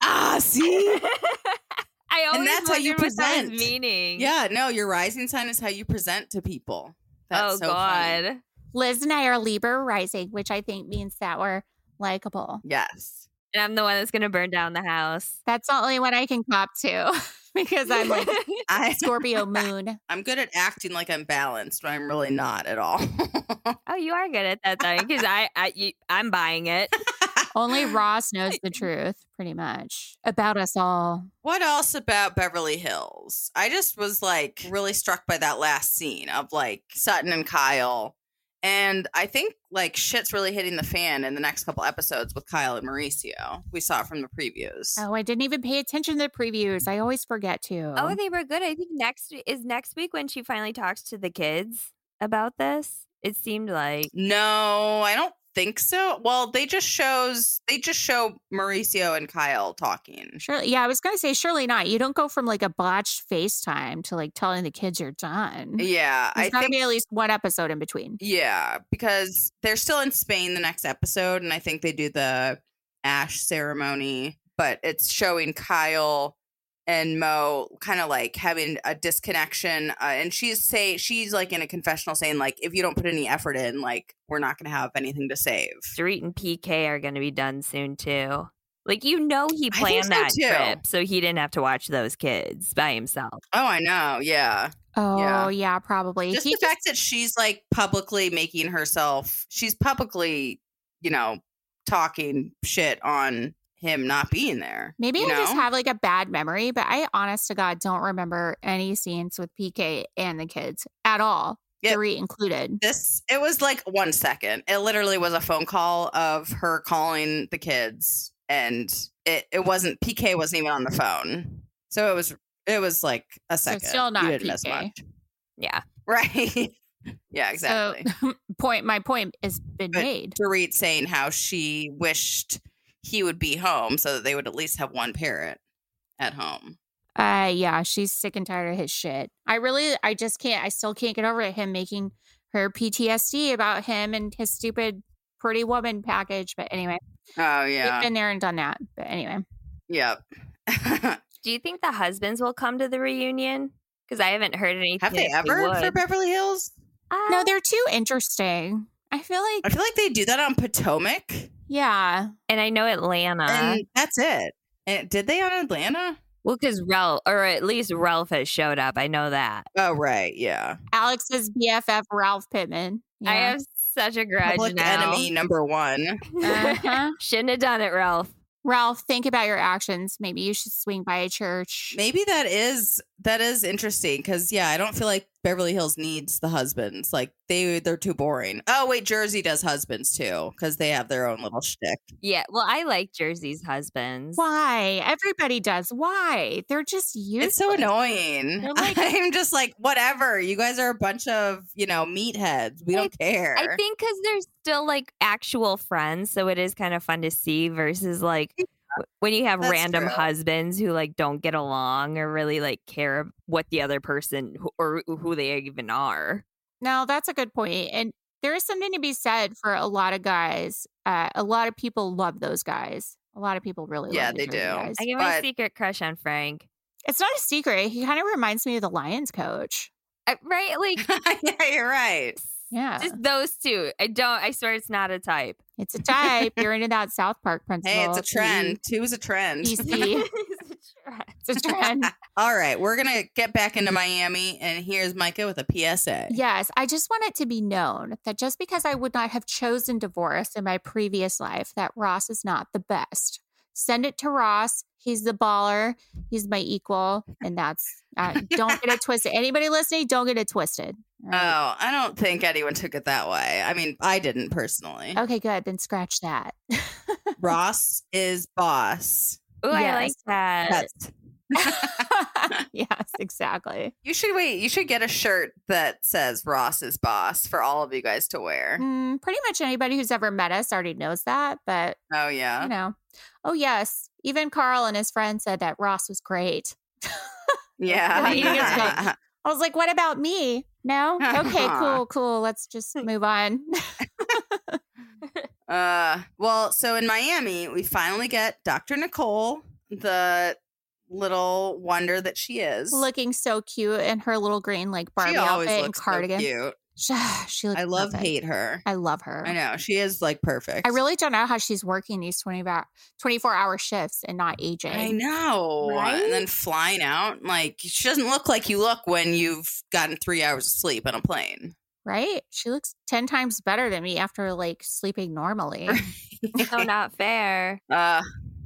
D: Ah, see.
E: I always
D: that's how you
E: wondered what that was
D: present.
E: meaning.
D: yeah, no, your rising sign is how you present to people. That's
E: oh
D: so funny.
E: God.
C: Liz and I are Libra rising, which I think means that we're likable.
D: Yes.
E: And I'm the one that's gonna burn down the house.
C: That's the only one I can cop to because I'm like
D: I
C: Scorpio moon.
D: I'm good at acting like I'm balanced, but I'm really not at all.
E: oh, you are good at that thing because I, I you, I'm buying it.
C: Only Ross knows the truth, pretty much, about us all.
D: What else about Beverly Hills? I just was like really struck by that last scene of like Sutton and Kyle. And I think like shit's really hitting the fan in the next couple episodes with Kyle and Mauricio. We saw it from the previews.
C: Oh, I didn't even pay attention to the previews. I always forget to.
E: Oh, they were good. I think next we- is next week when she finally talks to the kids about this. It seemed like
D: No, I don't think so. Well, they just shows they just show Mauricio and Kyle talking.
C: Surely, yeah, I was gonna say surely not. You don't go from like a botched FaceTime to like telling the kids you're done. There's
D: Yeah, I
C: gotta
D: think
C: be at least one episode in between.
D: Yeah, because they're still in Spain the next episode, and I think they do the ash ceremony, but it's showing Kyle and Mo kind of like having a disconnection. Uh, and she's say she's like in a confessional saying like, if you don't put any effort in, like we're not gonna have anything to save.
E: Street and PK are going to be done soon too. Like you know, he
D: think
E: planned
D: so,
E: that
D: too.
E: trip, so he didn't have to watch those kids by himself.
D: Oh, I know. Yeah,
C: Oh
D: Yeah.
C: yeah, probably.
D: just
C: He
D: the fact that she's like publicly making herself, she's publicly, you know, talking shit on him not being there.
C: Maybe
D: you
C: I just
D: know?
C: have like a bad memory, but I honest to God don't remember any scenes with PK and the kids at all,
D: Yep.
C: three included.
D: this it was like one second it literally was a phone call of her calling the kids and it, it wasn't pk wasn't even on the phone so it was it was like a
C: So
D: second
C: still
D: You
C: not
D: didn't miss
C: PK.
D: much.
E: Yeah,
D: right yeah exactly
C: So point my point has been
D: But-
C: made.
D: Dorit saying how she wished he would be home so that they would at least have one parent at home
C: Uh yeah, she's sick and tired of his shit. I really I just can't I still can't get over him making her PTSD about him and his stupid pretty woman package. But anyway,
D: oh
C: we've
D: yeah
C: been there and done that. But anyway.
D: yep have
E: do you think the husbands will come to the reunion? Because I haven't heard anything.
D: they
E: if
D: ever for
E: would.
D: beverly hills
E: Uh,
C: No, they're too interesting. I feel
D: i
C: like
D: feel like they do that on potomac
C: yeah.
E: and I know Atlanta.
D: and that's it. And did they on Atlanta?
E: well, because Ralph, or at least Ralph has showed up. I know that.
D: Oh right, yeah.
C: Alex's BFF Ralph Pittman.
E: I
C: Yeah.
E: have such a grudge
D: Public
E: now.
D: enemy number one.
C: Uh-huh.
E: Shouldn't have done it, Ralph.
C: Ralph, think about your actions. Maybe you should swing by a church.
D: Maybe that is that is interesting because yeah, I don't feel like Beverly Hills needs the husbands. Like they they're too boring. Oh wait, Jersey does husbands too because they have their own little shtick.
E: Yeah. Well, I like Jersey's husbands.
C: Why? Everybody does. Why? They're just useless.
D: It's so annoying.
C: They're like-
D: I'm just like whatever. You guys are a bunch of you know meatheads. We
E: I-
D: don't care.
E: I think because they're still like actual friends, so it is kind of fun to see versus like w- when you have
D: That's
E: random
D: true.
E: husbands who like don't get along or really like care what the other person who, or who they even are.
C: No, that's a good point. And there is something to be said for a lot of guys. Uh, a lot of people love those guys. A lot of people really
D: Yeah,
C: love the
D: they
C: Jersey
D: do.
C: guys.
E: I get my
D: But-
E: secret crush on Frank.
C: It's not a secret. He kind of reminds me of the Lions coach.
E: I- right? Like
D: yeah, you're right.
C: Yeah.
E: just those two. I don't. I swear it's not a type.
C: it's a type. You're into that South Park principle.
D: Hey, it's a
C: P-
D: trend. Two is a trend.
C: PC. It's a trend.
D: All right, we're gonna get back into Miami, and here's Micah with a PSA.
C: Yes, I just want it to be known that just because I would not have chosen divorce in my previous life, that Ross is not the best. Send it to Ross. He's the baller. He's my equal, and that's uh, don't get it twisted. Anybody listening, don't get it twisted. all right?
D: Oh, I don't think anyone took it that way. I mean, I didn't personally.
C: Okay, good. Then scratch that.
D: Ross is boss.
E: Oh, I like
C: Yes.
E: that.
D: That's-
C: yes, exactly.
D: you should wait. You should get a shirt that says Ross is boss for all of you guys to wear.
C: Mm, pretty much anybody who's ever met us already knows that, but
D: Oh yeah.
C: you know. Oh yes, even Carl and his friend said that Ross was great.
D: Yeah.
C: You think it's good. I was like, what about me? No? Okay, cool, cool. Let's just move on.
D: Uh, well, so in Miami, we finally get Dr. Nicole, the little wonder that she is.
C: Looking so cute in her little green like
D: she
C: Barbie
D: always
C: outfit and
D: looks so
C: cardigan.
D: cute.
C: She, looks
D: I love
C: perfect.
D: hate her.
C: I love her.
D: I know she is like perfect.
C: I really don't know how she's working these 20 hour, 24 hour shifts and not aging.
D: I know. And then flying out, like she doesn't look like you look when you've gotten three hours of sleep on a plane.
C: Right? She looks 10 times better than me after like sleeping normally.
E: So not fair.
D: Uh,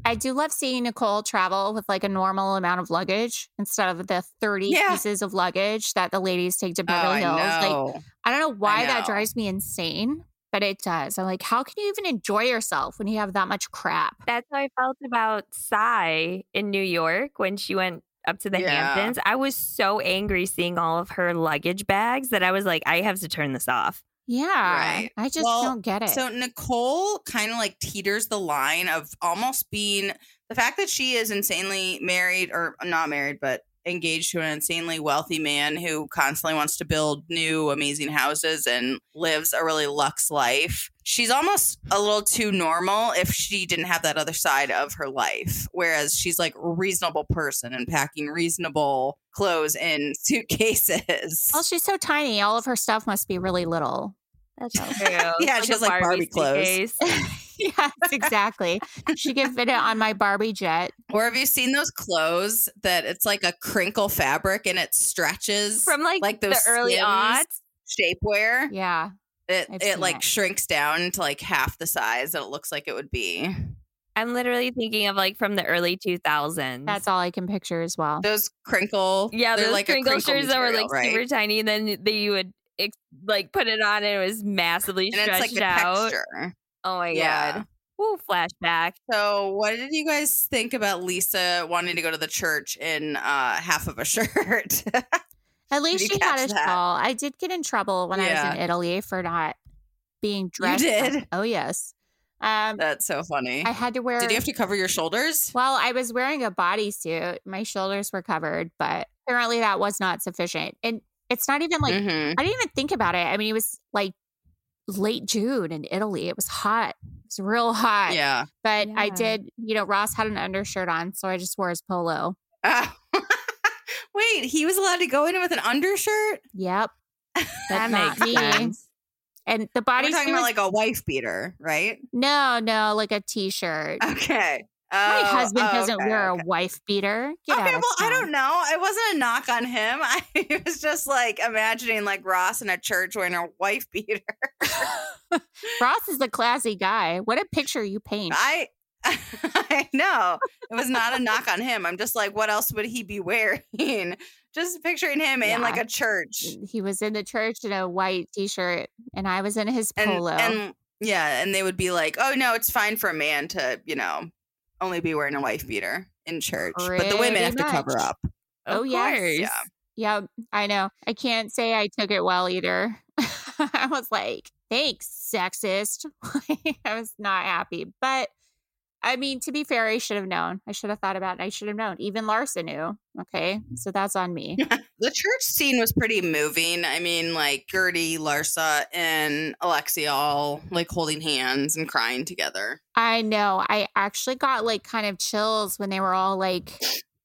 C: I do love seeing Nicole travel with like a normal amount of luggage instead of the 30
D: Yeah.
C: pieces of luggage that the ladies take to
D: oh,
C: Beverly
D: I
C: Hills. Like
D: know.
C: I don't know why that
D: know.
C: drives me insane, but it does. I'm like, how can you even enjoy yourself when you have that much crap?
E: That's how I felt about Psy in New York when she went up to the
D: Yeah.
E: Hamptons. I was so angry seeing all of her luggage bags that I was like, I have to turn this off.
C: Yeah.
D: Right.
C: I just
D: Well,
C: don't get it.
D: So Nicole kind of like teeters the line of almost being the fact that she is insanely married or not married, but engaged to an insanely wealthy man who constantly wants to build new amazing houses and lives a really luxe life. She's almost a little too normal if she didn't have that other side of her life. Whereas she's like a reasonable person and packing reasonable clothes in suitcases.
C: well, she's so tiny. All of her stuff must be really little.
E: That's all true. Yeah,
D: she has, like, Barbie clothes.
C: yes, exactly. she can fit it on my Barbie jet.
D: Or have you seen those clothes that it's like a crinkle fabric and it stretches
E: From like,
D: Like
E: the
D: those
E: early
D: Skims.
E: aughts.
D: shapewear?
C: Yeah.
D: It
C: I've
D: it
C: seen
D: like
C: it.
D: shrinks down to like half the size that it looks like it would be.
E: Oh. I'm literally thinking of like from the early 2000s.
C: That's all I can picture as well.
D: Those crinkle,
E: yeah,
D: they're
E: those
D: like
E: crinkle,
D: a crinkle
E: shirts that were
D: material,
E: like
D: right?
E: super tiny, and then that you would ex- like put it on, and it was massively
D: and it's
E: stretched
D: like the
E: out.
D: texture.
E: Oh my
D: Yeah.
E: god! Ooh, flashback.
D: So, what did you guys think about Lisa wanting to go to the church in uh, half of a shirt?
C: At least
D: you
C: she had
D: catch
C: a
D: that?
C: shawl. I did get in trouble when I
D: Yeah.
C: was in Italy for not being dressed. up.
D: did?
C: Oh yes. Um,
D: That's so funny.
C: I had to wear.
D: Did you have to cover your shoulders?
C: Well, I was wearing a bodysuit. My shoulders were covered, but apparently that was not sufficient. And it's not even like
D: Mhm.
C: I didn't even think about it. I mean, it was like late June in Italy. It was hot. It was real hot.
D: Yeah.
C: But I
E: Yeah.
C: did, you know, Ross had an undershirt on, so I just wore his polo.
D: Oh. Wait, he was allowed to go in with an undershirt?
C: Yep.
E: That
C: But not
E: makes sense.
C: And the
D: We're
C: bodysuit
D: talking about
C: was-
D: like a wife beater, right?
C: no, no, like a t-shirt.
D: Okay.
C: My
D: Oh,
C: husband
D: oh,
C: doesn't
D: okay,
C: wear
D: okay.
C: a wife beater. Get
D: okay,
C: out
D: well,
C: of
D: I
C: town.
D: don't know. It wasn't a knock on him. I was just like imagining like Ross in a church wearing a wife beater.
C: Ross is a classy guy. What a picture you paint.
D: I I know. It was not a knock on him. I'm just like, what else would he be wearing? Just picturing him in like
C: Yeah.
D: a church.
C: he was in the church in a white t-shirt and i was in his
D: And,
C: polo
D: and yeah, and they would be like, Oh no, it's fine for a man to, you know, only be wearing a wife beater in church. but the women
C: Pretty
D: have to cover
C: much.
D: up.
E: Of
C: Oh, yes.
E: course.
D: Yeah.
C: yeah i know i can't say i took it well either i was like thanks sexist i was not happy but i mean to be fair i should have known i should have thought about it i should have known even larson knew okay so that's on me
D: The church scene was pretty moving. I mean, like Gertie, Larsa, and Alexia all like holding hands and crying together.
C: i know i actually got like kind of chills when they were all like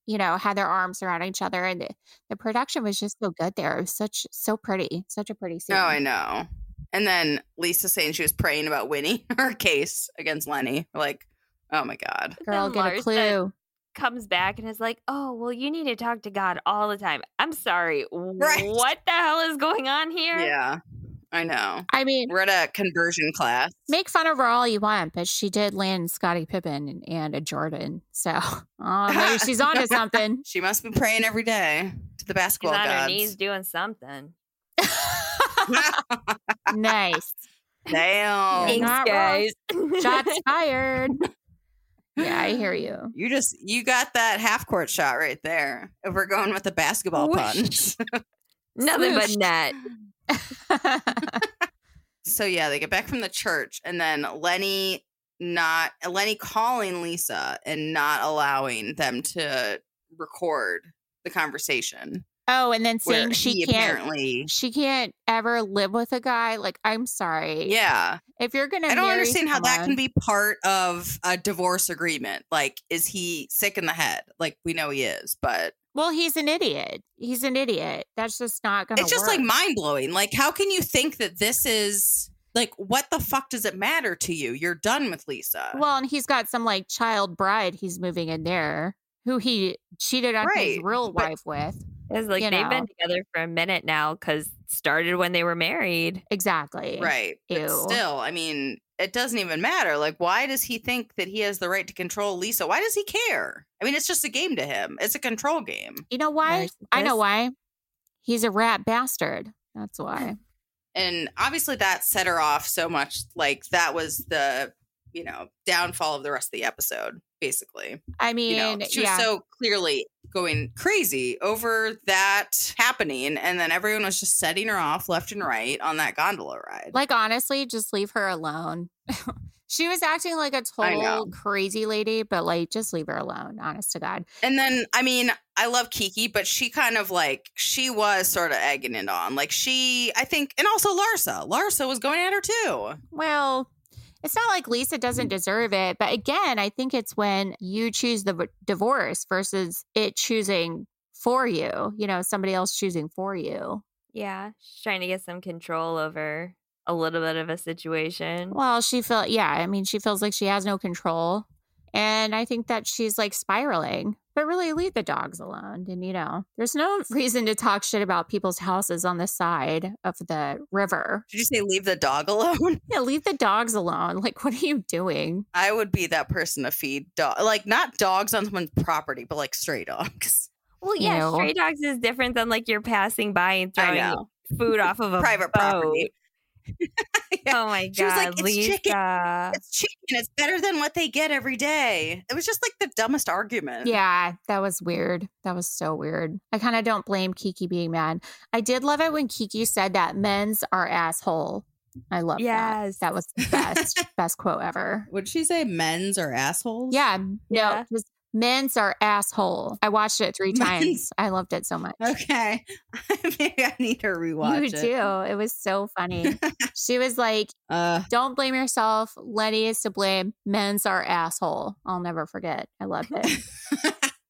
C: you know, had their arms around each other. And the, the production was just so good there. It was such, so pretty, such a pretty scene.
D: No, Oh, I know. And then Lisa saying she was praying about winning her case against Lenny. Like, oh my God.
C: Girl,
E: Then
C: get a
E: Lars
C: clue.
E: said- Comes back and is like, oh, well, you need to talk to God all the time. I'm sorry. What the hell is going on here?
D: Yeah, I know.
C: I mean,
D: We're at a conversion class.
C: make fun of her all you want, but she did land Scottie Pippen and, and a Jordan. So oh, maybe she's onto something.
D: She must be praying every day to the
E: She's
D: basketball
E: on her
D: gods.
E: knees doing something.
C: nice.
D: Damn.
C: You're not wrong. Shots fired. Yeah, I hear you.
D: You just you got that half court shot right there. If we're going with the basketball puns.
E: Nothing but
C: Swoosh.
E: net.
D: so yeah, they get back from the church and then Lenny not Lenny calling Lisa and not allowing them to record the conversation.
C: oh, and then saying
D: where
C: she
D: he
C: can't
D: apparently
C: she can't ever live with a guy. Like, I'm sorry.
D: Yeah.
C: If you're gonna
D: I don't
C: marry
D: understand how that can
C: someone-
D: be part of a divorce agreement. Like, is he sick in the head? Like, we know he is, but
C: Well, he's an idiot. He's an idiot. That's just not gonna
D: it's just like
C: work.
D: mind blowing. Like, how can you think that this is like, what the fuck does it matter to you? You're done with Lisa.
C: Well, and he's got some like child bride he's moving in there who he cheated on his
D: Right,
C: real
D: but-
C: wife with.
E: It's like
C: You
E: they've
C: know.
E: been together for a minute now because started when they were married.
C: Exactly.
D: right. But
C: Ew.
D: still, I mean, it doesn't even matter. Like, why does he think that he has the right to control Lisa? Why does he care? I mean, it's just a game to him, it's a control game.
C: You know why?
E: Nice
C: I know
E: kiss.
C: why. He's a rat bastard. That's why.
D: and obviously that set her off so much like that was the you know downfall of the rest of the episode basically
C: I mean,
D: you know she
C: yeah.
D: was so clearly going crazy over that happening and then everyone was just setting her off left and right on that gondola ride
C: like honestly, just leave her alone. she was acting like a
D: I know.
C: total crazy lady, but like just leave her alone, honest to God.
D: and then i mean i love kiki but she kind of like she was sort of egging it on like she i think and also larsa larsa was going at her too
C: Well, it's not like Lisa doesn't deserve it, but again, I think it's when you choose the v- divorce versus it choosing for you, you know, somebody else choosing for you.
E: Yeah. She's trying to get some control over a little bit of a situation.
C: Well, she feel yeah, I mean she feels like she has no control. And I think that she's like spiraling. But really leave the dogs alone. And you know, there's no reason to talk shit about people's houses on the side of the river.
D: did you say leave the dog alone
C: Yeah, leave the dogs alone. Like what are you doing?
D: I would be that person to feed dog, like not dogs on someone's property, but like stray dogs,
E: Well,
C: you
E: yeah,
C: know.
E: stray dogs is different than like you're passing by and
D: I
E: throwing
D: know.
E: food off of a
D: private property.
E: boat.
D: Yeah.
E: Oh my god,
D: She was like, "It's
E: Lisa.
D: chicken. It's chicken. It's better than what they get every day. It was just like the dumbest argument.
C: Yeah, that was weird. That was so weird. I kind of don't blame Kiki being mad. I did love it when Kiki said that men's are asshole. I love
E: Yes.
C: that. That was the best, best quote ever.
D: Would she say men's are assholes?
C: Yeah. m- No,
E: Yeah.
C: it was men's are asshole. I watched it three times. I loved it so much.
D: Okay. Maybe I need to rewatch
C: you
D: it.
C: do. It was so funny. she was like,
D: Uh,
C: Don't blame yourself. Lenny is to blame. Men's are asshole. I'll never forget. I loved it.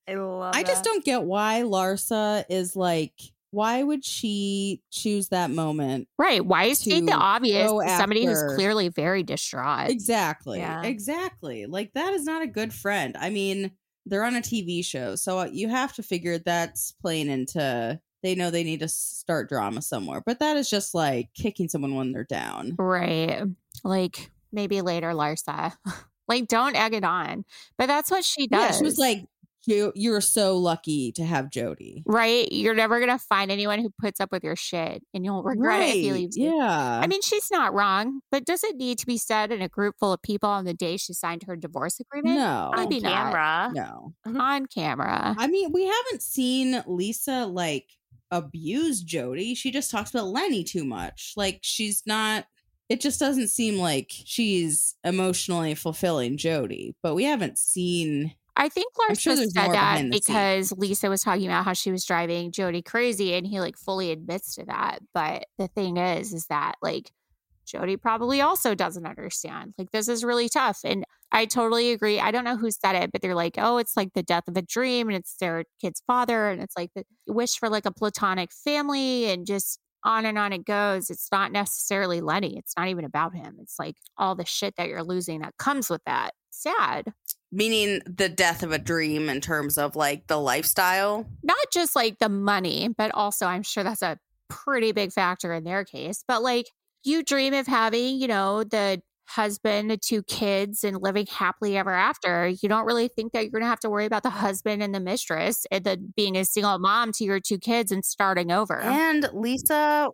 E: I love.
F: I just
E: that.
F: don't get why Larsa is like, why would she choose that moment?
C: right. Why state the
F: To
C: obvious
F: go
C: to somebody who's
F: after-
C: clearly very distraught?
F: Exactly.
E: Yeah.
F: Exactly. Like, that is not a good friend. I mean, they're on a TV show. So uh, you have to figure that's playing into they know they need to start drama somewhere. But that is just like kicking someone when they're down.
C: Right. Like maybe later, Larsa. like, don't egg it on. But that's what she does.
F: Yeah. She was like, "Jo- you're so lucky to have Jody.
C: right? You're never going to find anyone who puts up with your shit and you'll regret it if he leaves you.
F: Yeah.
C: I mean, she's not wrong, but does it need to be said in a group full of people on the day she signed her divorce agreement?
F: no.
C: I
E: on
C: maybe not.
E: camera.
F: no.
C: On camera.
F: I mean, we haven't seen Lisa like abuse Jody. She just talks about Lenny too much. Like she's not it just doesn't seem like she's emotionally fulfilling Jody, but we haven't seen
C: I think Larsa
F: sure
C: said
F: there's more
C: that
F: behind the scenes.
C: because Lisa was talking about how she was driving Jody crazy and he like fully admits to that. But the thing is, is that like Jody probably also doesn't understand. Like this is really tough. And I totally agree. I don't know who said it, but they're like, oh, it's like the death of a dream and it's their kid's father. And it's like the wish for like a platonic family and just on and on it goes. It's not necessarily Lenny. It's not even about him. It's like all the shit that you're losing that comes with that. Sad.
D: Meaning the death of a dream in terms of like the lifestyle.
C: not just like the money, but also I'm sure that's a pretty big factor in their case. But like you dream of having, you know, the husband, the two kids, and living happily ever after. You don't really think that you're going to have to worry about the husband and the mistress and then being a single mom to your two kids and starting over.
D: And Lisa,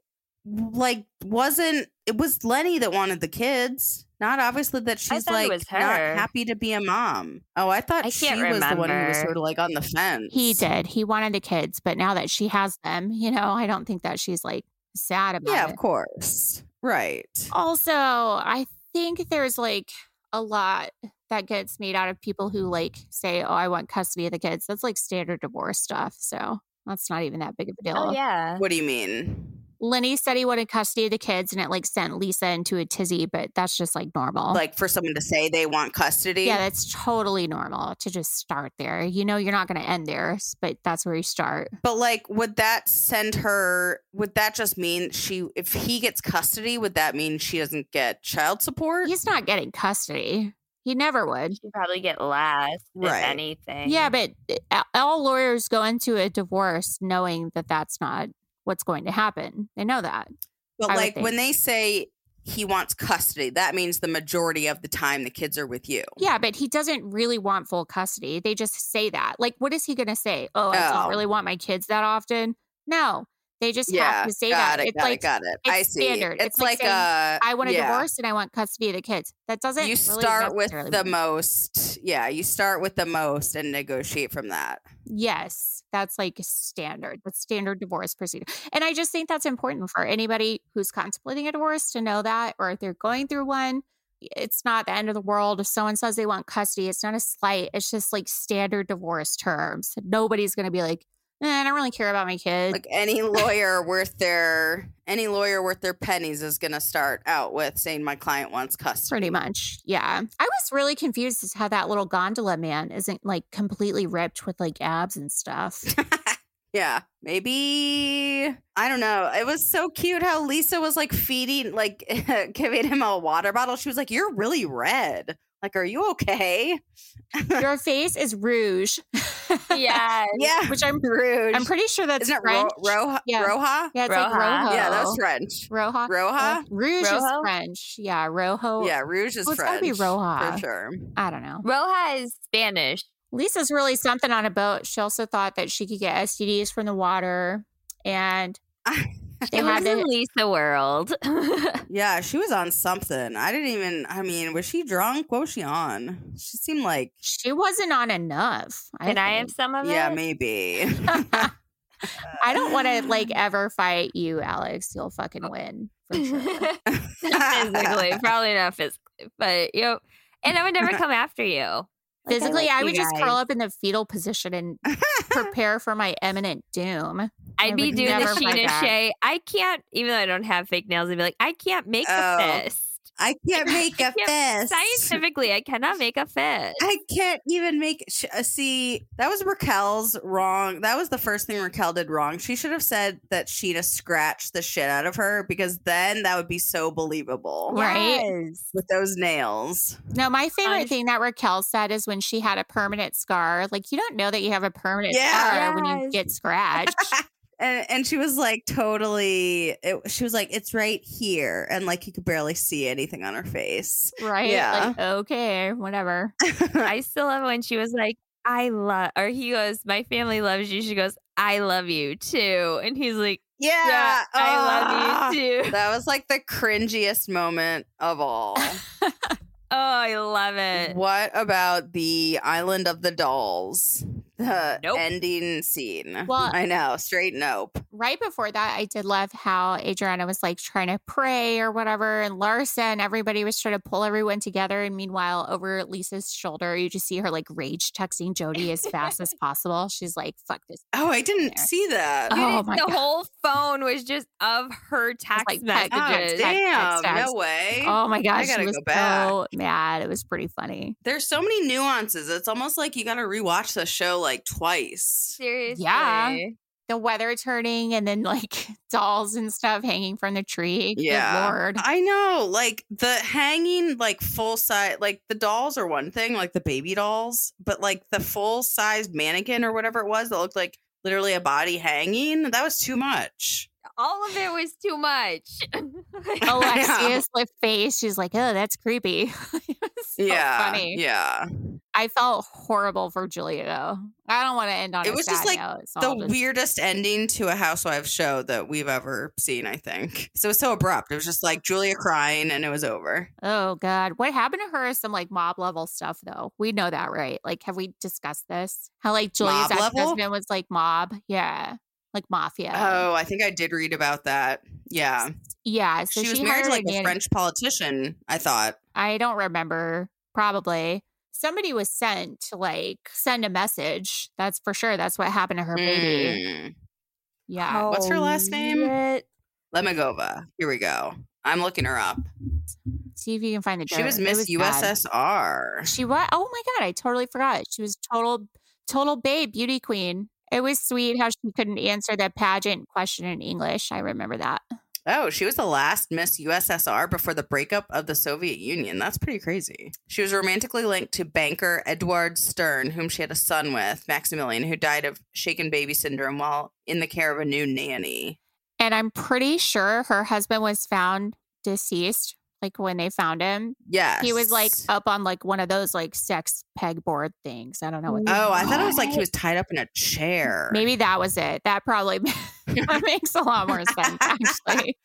D: like, wasn't it was Lenny that wanted the kids? Not obviously that she's
E: thought it
D: like
E: was
D: not
E: her.
D: happy to be a mom. Oh, I thought
E: I
D: she
E: can't
D: was the one who was
E: remember.
D: sort of like on the fence.
C: he did. He wanted the kids, but now that she has them, you know, I don't think that she's like sad about
D: Yeah,
C: it.
D: of course. Right.
C: Also, I think there's like a lot that gets made out of people who like say, "Oh, I want custody of the kids." That's like standard divorce stuff. So that's not even that big of a deal.
E: Oh yeah.
D: What do you mean?
C: Lenny said he wanted custody of the kids, and it like sent Lisa into a tizzy. But that's just like normal.
D: Like for someone to say they want custody?
C: yeah, that's totally normal to just start there. You know, you're not going to end there, s- but that's where you start.
D: But like, would that send her? Would that just mean she? If he gets custody, would that mean she doesn't get child
E: Er
D: support?
C: He's not getting custody. He never would.
E: You probably get last
D: Right.
E: if anything.
C: Yeah, but uh, all lawyers go into a divorce knowing that that's not what's going to happen. They know that.
D: but
C: I would
D: like, when
C: think.
D: they say he wants custody, that means the majority of the time the kids are with you.
C: Yeah, but he doesn't really want full custody. They just say that. Like, what is he going to say? Oh, I
D: Oh.
C: don't really want my kids that often. No, they just have to say
D: got
C: that.
D: it,
C: it's
D: got
C: like,
D: it, got it. I
C: it's
D: see.
C: standard.
D: It's,
C: It's like
D: like, uh,
C: I want a
D: yeah.
C: divorce and I want custody of the kids. That doesn't.
D: You
C: really
D: start with
C: necessarily
D: the
C: mean-
D: most. Yeah, you start with the most and negotiate from that.
C: Yes, that's like standard. That's standard divorce procedure. And I just think that's important for anybody who's contemplating a divorce to know that, or if they're going through one, it's not the end of the world. If someone says they want custody, it's not a slight. It's just like standard divorce terms. Nobody's going to be like, eh, I don't really care about my kids.
D: Like any lawyer worth their any lawyer worth their pennies is going to start out with saying my client wants custody.
C: Pretty much. Yeah. I was really confused as how that little gondola man isn't like completely ripped with like abs and stuff.
D: yeah, maybe I don't know. It was so cute how Lisa was like feeding, like giving him a water bottle. She was like, "You're really red. Like, are you okay?"
C: Your face is rouge.
E: Yeah.
D: Yeah,
C: Which I'm
D: rude.
C: I'm pretty sure that's
D: Isn't it Ro-
C: French.
D: Roja?
C: Yeah.
D: Roja?
C: Yeah, it's
E: Roja?
C: like Rojo.
D: Yeah, that was French.
C: Roja.
D: Roja.
C: Rouge
E: Rojo?
C: is French. Yeah, Rojo.
D: yeah, Rouge is
C: Oh, it's gotta
D: French.
C: be
D: for
C: Roja.
D: sure.
C: I don't know.
E: Roja is Spanish.
C: Lisa's really something on a boat. She also thought that she could get STDs from the water. And They
E: it
C: had
E: was in
C: to-
E: Lisa World.
D: Yeah, she was on something. I didn't even. I mean, was she drunk? What was she on? She seemed like.
C: she wasn't on enough.
E: Can I have
C: think.
E: some of
D: Yeah,
E: it?
D: maybe.
C: I don't want to like ever fight you, Alex. You'll
D: Oh.
C: fucking win. For sure.
E: Not physically, probably not physically, but you know, and I would never come after you. Like, I
C: Physically,
E: like
C: I
E: you
C: would just curl
E: guys.
C: up in the fetal position and prepare for my imminent doom. I
E: I'd be
C: would
E: doing the
C: never fight
E: Sheena
C: back.
E: Shea. I can't, even though I don't have fake nails, I'd be like, I can't make
D: Oh.
E: a fist.
D: I can't make a
E: Yeah,
D: fist.
E: Scientifically, I cannot make a fist.
D: I can't even make. Sh- uh, see, that was Raquel's wrong. That was the first thing Raquel did wrong. She should have said that Sheena scratched the shit out of her because then that would be so believable
C: Right?
E: Yes.
D: with those nails.
C: No, my favorite
E: Unf-
C: thing that Raquel said is when she had a permanent scar. Like you don't know that you have a permanent
D: Yeah.
C: scar when you
E: Yes.
C: get scratched.
D: And, and she was like totally it, she was like it's right here and like you could barely see anything on her face
C: right?
D: Yeah.
C: Like, okay, whatever.
E: I still love when she was like, I love, or he goes, my family loves you. She goes, I love you too. And he's like,
D: yeah,
E: yeah, I
D: ah.
E: love you too.
D: that was like the cringiest moment of all
E: Oh, I love it.
D: What about the Island of the Dolls? the
E: Nope.
D: ending scene.
C: Well-
D: I know, straight nope.
C: right before that, I did love how Adriana was like trying to pray or whatever, and Larsa and everybody was trying to pull everyone together. And meanwhile, over Lisa's shoulder, you just see her like rage texting Jody as fast as possible. She's like, "Fuck this."
D: Oh, I didn't
C: There.
D: see that.
C: Oh,
E: Dude,
C: my
E: the
C: God.
E: whole phone was just of her text
C: like, text,
D: Ah,
E: messages.
C: text.
D: damn,
C: text.
D: no way.
C: Oh my gosh, she
D: gotta
C: was
D: go back.
C: so mad. It was pretty funny.
D: There's so many nuances. It's almost like you got to rewatch the show like twice.
E: Seriously.
C: The weather turning and then like dolls and stuff hanging from the tree. Good
D: Yeah.
C: Lord.
D: I know, like the hanging, like full size, like the dolls are one thing, like the baby dolls, but like the full size mannequin or whatever it was that looked like literally a body hanging, that was too much.
E: All of it was too much.
D: know.
C: Alexia's lip face. She's like, oh, that's creepy. It was so
D: yeah,
C: funny.
D: yeah.
C: I felt horrible for Julia though. I don't want to end on.
D: It
C: a
D: was just,
C: sad
D: like,
C: note, so
D: the
C: I'll just-
D: weirdest ending to a Housewives show that we've ever seen, I think. So it was so abrupt. It was just like Julia crying and it was over.
C: Oh god, what happened to her is some like mob level stuff though. We know that, right? Like, have we discussed this? How like Julia's
D: Mob
C: ex
D: level?
C: husband was like mob, yeah, like mafia.
D: Oh, I think I did read about that. Yeah.
C: yeah. So
D: she
C: she,
D: was married to
C: hired
D: like
C: a
D: a
C: nanny-
D: French politician, I thought.
C: I don't remember. Probably somebody was sent to like send a message. That's for sure. That's what happened to her baby.
D: Mm.
C: Yeah.
E: Oh.
D: What's her last name?
E: Shit.
D: Lemagova. Here we go. I'm looking her up.
C: See if you can find the.
D: She was
C: dirt. It
D: Miss
C: bad.
D: USSR.
C: She was. Oh my god, I totally forgot. She was total, total babe beauty queen. It was sweet how she couldn't answer the pageant question in English. I remember that.
D: Oh, she was the last Miss USSR before the breakup of the Soviet Union. That's pretty crazy. She was romantically linked to banker Edward Stern, whom she had a son with, Maximilian, who died of shaken baby syndrome while in the care of a new nanny.
C: And I'm pretty sure her husband was found deceased. Like when they found him,
D: Yes.
C: he was like up on like one of those like sex pegboard things. I don't know what. they
D: Oh, I
C: call
D: thought it was like he
C: it.
D: was tied up in a chair.
C: Maybe that was it. That probably that makes a lot more sense. Actually,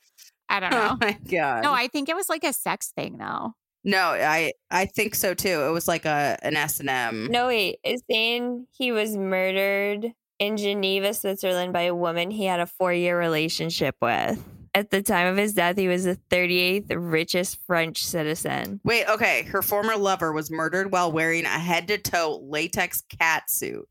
C: I don't
D: Oh
C: know.
D: my god.
C: No, I think it was like a sex thing though.
D: No, I I think so too. It was like a an S and M.
E: No, wait. It's saying he was murdered in Geneva, Switzerland by a woman he had a four year relationship with. At the time of his death, he was the 38th richest French citizen.
D: Wait, okay. Her former lover was murdered while wearing a head to toe latex cat suit.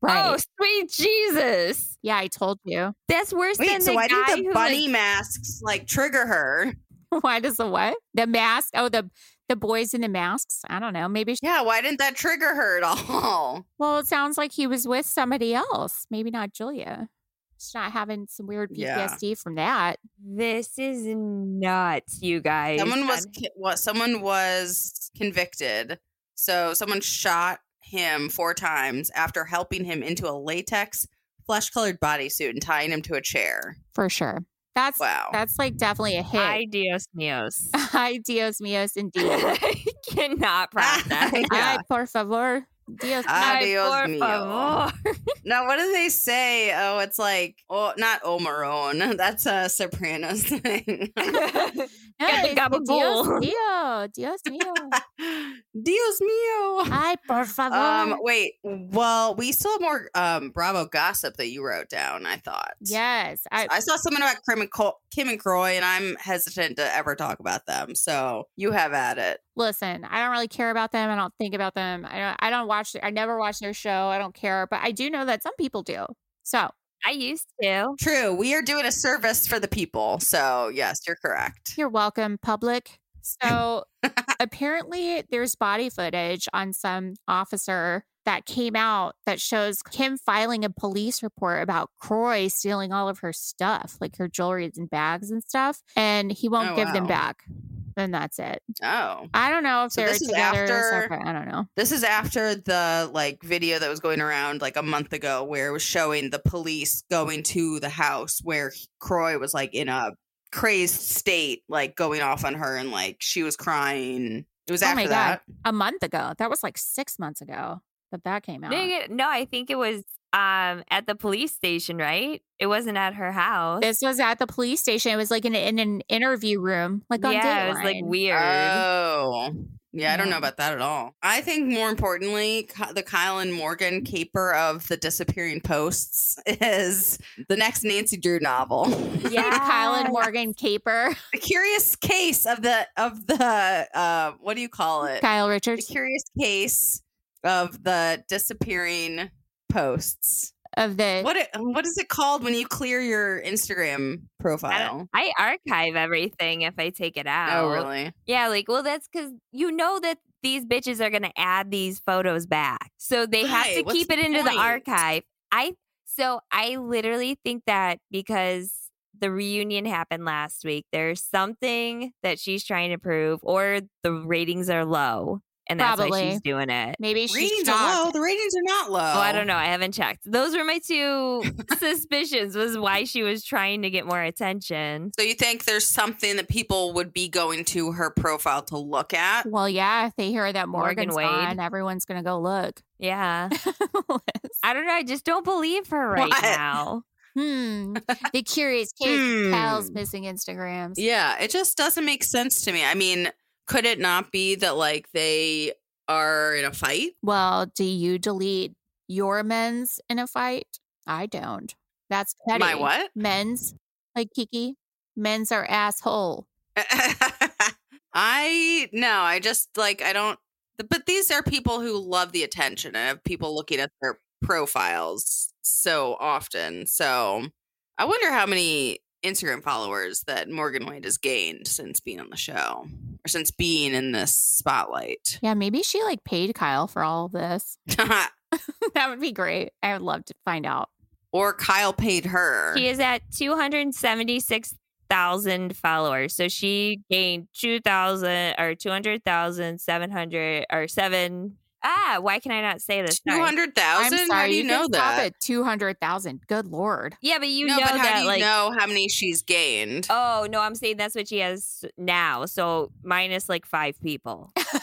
C: Right.
E: Oh, sweet Jesus.
C: Yeah, I told you.
E: That's worse
D: Wait,
E: than
D: so
E: the
D: why
E: guy
D: did the
E: who
D: bunny
E: was-
D: masks like trigger her?
C: Why does the what? The mask? Oh, the the boys in the masks. I don't know. Maybe. She,
D: Yeah, why didn't that trigger her at all?
C: Well, it sounds like he was with somebody else. Maybe not Julia. She's not having some weird
D: Yeah.
C: PTSD from that.
E: This is nuts, you guys.
D: Someone was
E: I'm-
D: ki- what? Someone was convicted. So someone shot him four times after helping him into a latex flesh colored bodysuit and tying him to a chair.
C: for sure. That's
D: Wow.
C: that's like definitely a hit.
E: Ay, Dios míos.
C: Ay, Dios míos, indeed.
E: I cannot process.
D: Yeah.
C: Ay, por favor, Dios.
D: Ah,
E: Ay,
D: Dios
E: por
D: mío.
E: favor.
D: Now, what do they say? Oh, it's like, oh, not Omarone. That's a Sopranos thing.
C: No,
E: get the
C: they say, Dios
E: gabagool."
C: mío, Dios mío.
D: Dios mío.
C: Ay, por favor.
D: Um, wait. Well, we still have more um Bravo gossip that you wrote down. I thought.
C: yes, I,
D: I saw something about Kim and, Col- Kim and Croy, and I'm hesitant to ever talk about them. So you have at it.
C: listen, I don't really care about them. I don't think about them. I don't, I don't watch, I never watch their show. I don't care, but I do know that some people do. So
E: I used to.
D: True. We are doing a service for the people. So yes, you're correct.
C: you're welcome, public. So apparently there's body footage on some officer that came out that shows Kim filing a police report about Croy stealing all of her stuff, like her jewelry and bags and stuff, and he won't
D: Oh,
C: give them
D: wow.
C: back. And that's it.
D: Oh,
C: I don't know if
D: So
C: they're
D: this is
C: together. or
D: after-
C: separate. I don't know.
D: This is after the like video that was going around like a month ago where it was showing the police going to the house where he- Croy was like in a crazed state, like going off on her and like she was crying. It was
C: Oh my
D: after that.
C: a month ago. That was like six months ago that that came out.
E: Dang it. No, I think it was um at the police station, right? It wasn't at her house.
C: This was at the police station. It was like in, in an interview room, like on
E: yeah, it was like
C: Dateline.
E: weird.
D: Oh. Yeah, I don't
F: Yeah.
D: know about that at all. I think more importantly, Ky- the Kyle and Morgan caper of the disappearing posts is the next Nancy Drew novel.
C: Yeah, the Kyle and Morgan caper.
D: the curious case of the of the uh, what do you call it?
C: Kyle
D: The
C: Richards
D: curious case of the disappearing posts.
C: of the.
D: What it, what is it called when you clear your Instagram profile?
E: I archive everything if I take it out.
D: Oh, really?
E: Yeah, like, well, that's because you know that these bitches are gonna add these photos back, so they have to
D: Right, what's
E: keep
D: the
E: it into
D: point?
E: the archive. I so I literally think that because the reunion happened last week, there's something that she's trying to prove, or the ratings are low, and that's why
C: Probably.
E: she's doing it.
C: Maybe she's
D: Ratings are low.
C: shocked.
D: The ratings are not low.
E: Oh, I don't know. I haven't checked. Those were my two suspicions was why she was trying to get more attention.
D: So you think there's something that people would be going to her profile to look at?
C: Well, yeah, if they hear that
E: Morgan
C: Morgan's
E: Wade.
C: gone, everyone's gonna go look.
E: Yeah.
C: Liz.
E: I don't know. I just don't believe her right
D: What?
E: now.
C: hmm. The curious case of Kyle's
D: Hmm.
C: missing Instagrams.
D: Yeah, it just doesn't make sense to me. I mean, could it not be that like they are in a fight?
C: Well, do you delete your men's in a fight? I don't. That's petty.
D: My what?
C: Men's, like Kiki. Men's are asshole.
D: I no, I just like I don't but these are people who love the attention and have people looking at their profiles so often. So I wonder how many Instagram followers that Morgan Wade has gained since being on the show or since being in this spotlight.
C: Yeah, maybe she like paid Kyle for all of this. that would be great. I would love to find out.
D: or Kyle paid her.
E: She is at 276,000 followers. So she gained 2,000 or 200,700 or 7. Ah, why can I not say this? Sorry.
D: Two hundred
C: I'm
D: thousand? How
C: sorry,
D: do you, know
C: can stop
D: that?
C: at two hundred thousand. Good lord.
E: Yeah, but you
D: no,
E: know
D: but how
E: that
D: do you
E: like
D: know how many she's gained?
E: Oh, no, I'm saying that's what she has now. So minus like 5 people.
D: Oh,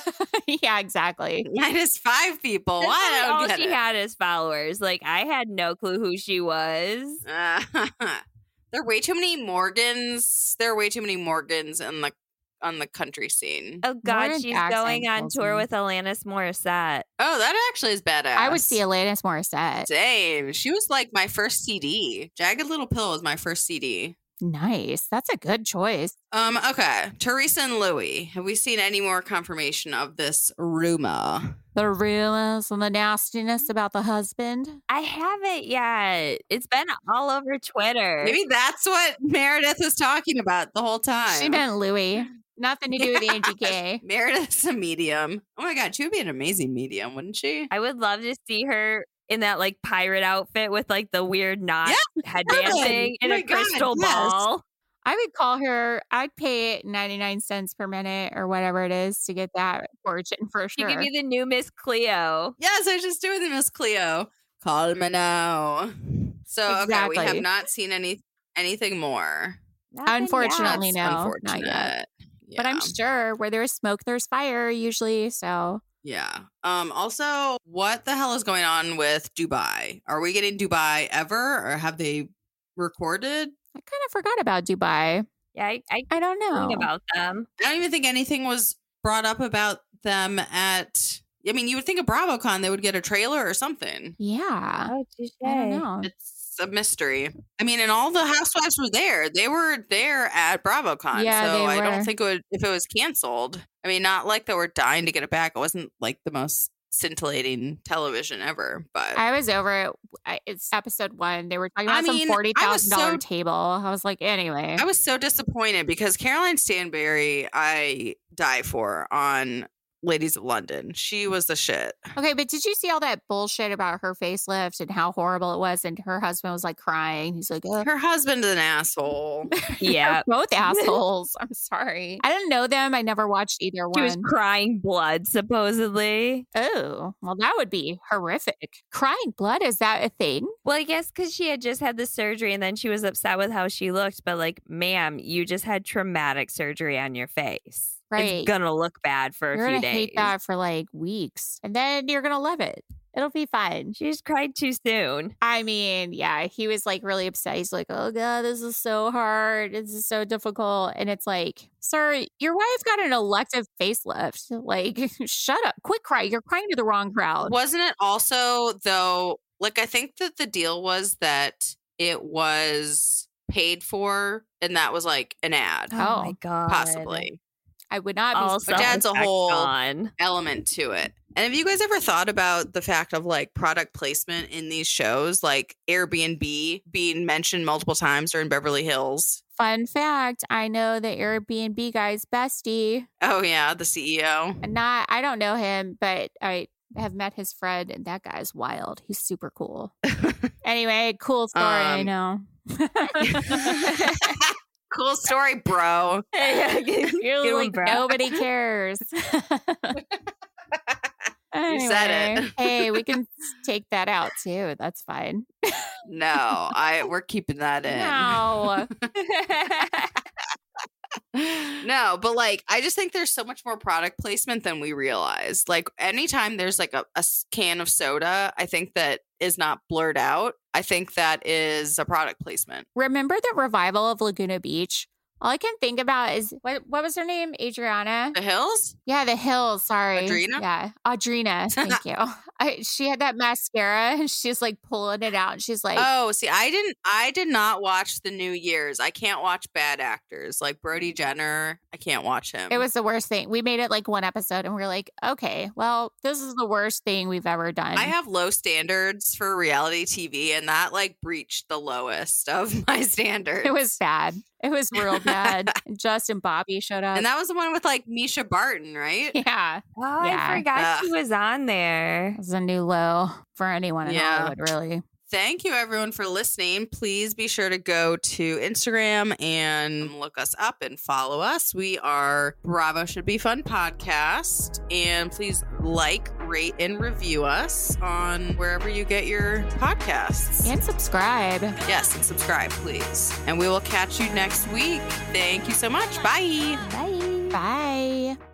C: yeah, exactly.
D: Minus five people.
E: That's
D: Why
E: really
D: don't
E: all
D: get
E: she
D: it?
E: had is followers. Like I had no clue who she was.
D: Uh, there are way too many Morgans. There are way too many Morgans in the on the country scene. Oh,
E: Oh God,
C: Lauren
E: she's
C: Jackson
E: going on
C: tells
E: tour
C: me.
E: with Alanis Morissette.
D: Oh, that actually is badass.
C: I would see Alanis Morissette.
D: Same. She was like my first CD. Jagged Little Pill was my first CD.
C: Nice. That's a good choice.
D: Um. Okay. Teresa and Louie. Have we seen any more confirmation of this rumor?
C: The realness and the
D: Mm-hmm.
C: nastiness about the husband.
E: I haven't yet. It's been all over Twitter.
D: Maybe that's what Meredith was talking about the whole time.
C: She meant Louis. Nothing to do with Angie K.
D: Meredith's a medium. Oh my god, she would be an amazing medium, wouldn't she?
E: I would love to see her in that like pirate outfit with like the weird knot headband
D: Ellen.
E: thing
D: Oh
E: and
D: my
E: a
D: God,
E: crystal
D: yes.
E: ball.
C: I would call her, I'd pay it 99 cents per minute or whatever it is to get that fortune for
E: She
C: sure.
E: could be the new Miss Cleo.
D: Yes, I was just doing the Miss Cleo. Call me now. So okay, we have
C: Exactly.
D: not seen any anything more.
E: Nothing
C: Unfortunately,
E: yet.
C: no, not
D: unfortunate.
C: yet. But I'm
D: Yeah.
C: sure where there's smoke, there's fire usually. So
D: yeah. Um. Also, what the hell is going on with Dubai? Are we getting Dubai ever, or have they recorded?
C: I kind of forgot about Dubai.
E: Yeah, I, I
C: I don't know.
E: think about them.
D: I don't even think anything was brought up about them at. I mean, you would think at BravoCon they would get a trailer or something.
C: yeah.
E: Oh, touche.
C: Uh, I don't know.
D: It's a mystery. I mean, and all the housewives were there. They were there at BravoCon.
C: Yeah,
D: so
C: they
D: I
C: were.
D: don't think it would if it was canceled. I mean, not like they were dying to get it back. It wasn't like the most scintillating television ever, but
C: I was over it. I- It's episode one. They were talking
D: I
C: about some
D: mean, I was
C: forty thousand thousand dollar
D: so-
C: table. I was like, anyway,
D: I was so disappointed because Caroline Stanberry, I die for on Ladies of London. She was the shit.
C: okay. But did you see all that bullshit about her facelift and how horrible it was? And her husband was like crying. He's like, "Ugh."
D: Her husband is an asshole.
E: Yeah.
C: both assholes. I'm sorry. I didn't know them. I never watched either
E: She was
C: one.
E: crying blood, supposedly.
C: oh, well, that would be horrific. Crying blood is that a thing?
E: Well, I guess because she had just had the surgery and then she was upset with how she looked. But, like, ma'am, you just had traumatic surgery on your face.
C: Right.
E: It's going to look bad for
C: You're
E: a few
C: gonna
E: days.
C: hate that for like weeks, and then you're gonna love it. It'll be fun.
E: She just cried too soon.
C: I mean, yeah, he was like really upset. He's like, oh God, this is so hard. This is so difficult. And it's like, sir, your wife got an elective facelift. Like, shut up. Quit crying. You're crying to the wrong crowd.
D: Wasn't it also though? Like I think that the deal was that it was paid for, and that was like an ad,
C: Oh,
E: my god.
D: possibly
C: I would not be.
E: Also,
D: But dad's a
E: back
D: whole-
E: on.
D: element to it. And have you guys ever thought about the fact of like product placement in these shows, like Airbnb being mentioned multiple times during Beverly Hills?
C: Fun fact I know the Airbnb guy's bestie.
D: Oh yeah, the CEO.
C: And not, I don't know him, but I have met his friend, and that guy's wild. He's super cool. anyway, cool story. I
D: Um,
C: know.
D: cool story, bro.
C: You're
E: Good one,
C: like,
E: bro.
C: nobody cares.
D: You said it.
C: Anyway, hey, we can s- take that out too. That's fine.
D: No, I we're keeping that in.
C: No.
D: no, but like I just think there's so much more product placement than we realize. Like anytime there's like a, a s- can of soda, I think that is not blurred out. I think that is a product placement.
C: Remember the revival of Laguna Beach? All I can think about is what what was her name? Adriana?
D: The hills?
C: Yeah, the hills. Sorry.
D: Audrina?
C: Yeah. Audrina. Thank you. I, she had that mascara and she's like pulling it out. And she's like,
D: oh, see, I didn't I did not watch the New Year's. I can't watch bad actors like Brody Jenner. I can't watch him.
C: It was the worst thing. We made it like one episode and we are like, okay, well, this is the worst thing we've ever done.
D: I have low standards for reality TV, and that like breached the lowest of my standards.
C: it was bad. It was real bad. Justin Bobby showed up.
D: and that was the one with like Misha Barton, right?
C: yeah.
E: Oh,
C: Yeah.
E: I forgot
D: Ugh.
E: she was on there.
C: It was a new low for anyone in
D: Yeah.
C: Hollywood, really.
D: Thank you everyone for listening. Please be sure to go to Instagram and look us up and follow us. We are Bravo Should Be Fun podcast. And please like, rate, and review us on wherever you get your podcasts.
C: And subscribe.
D: Yes, and subscribe, please. And we will catch you next week. Thank you so much. Bye.
C: Bye. Bye.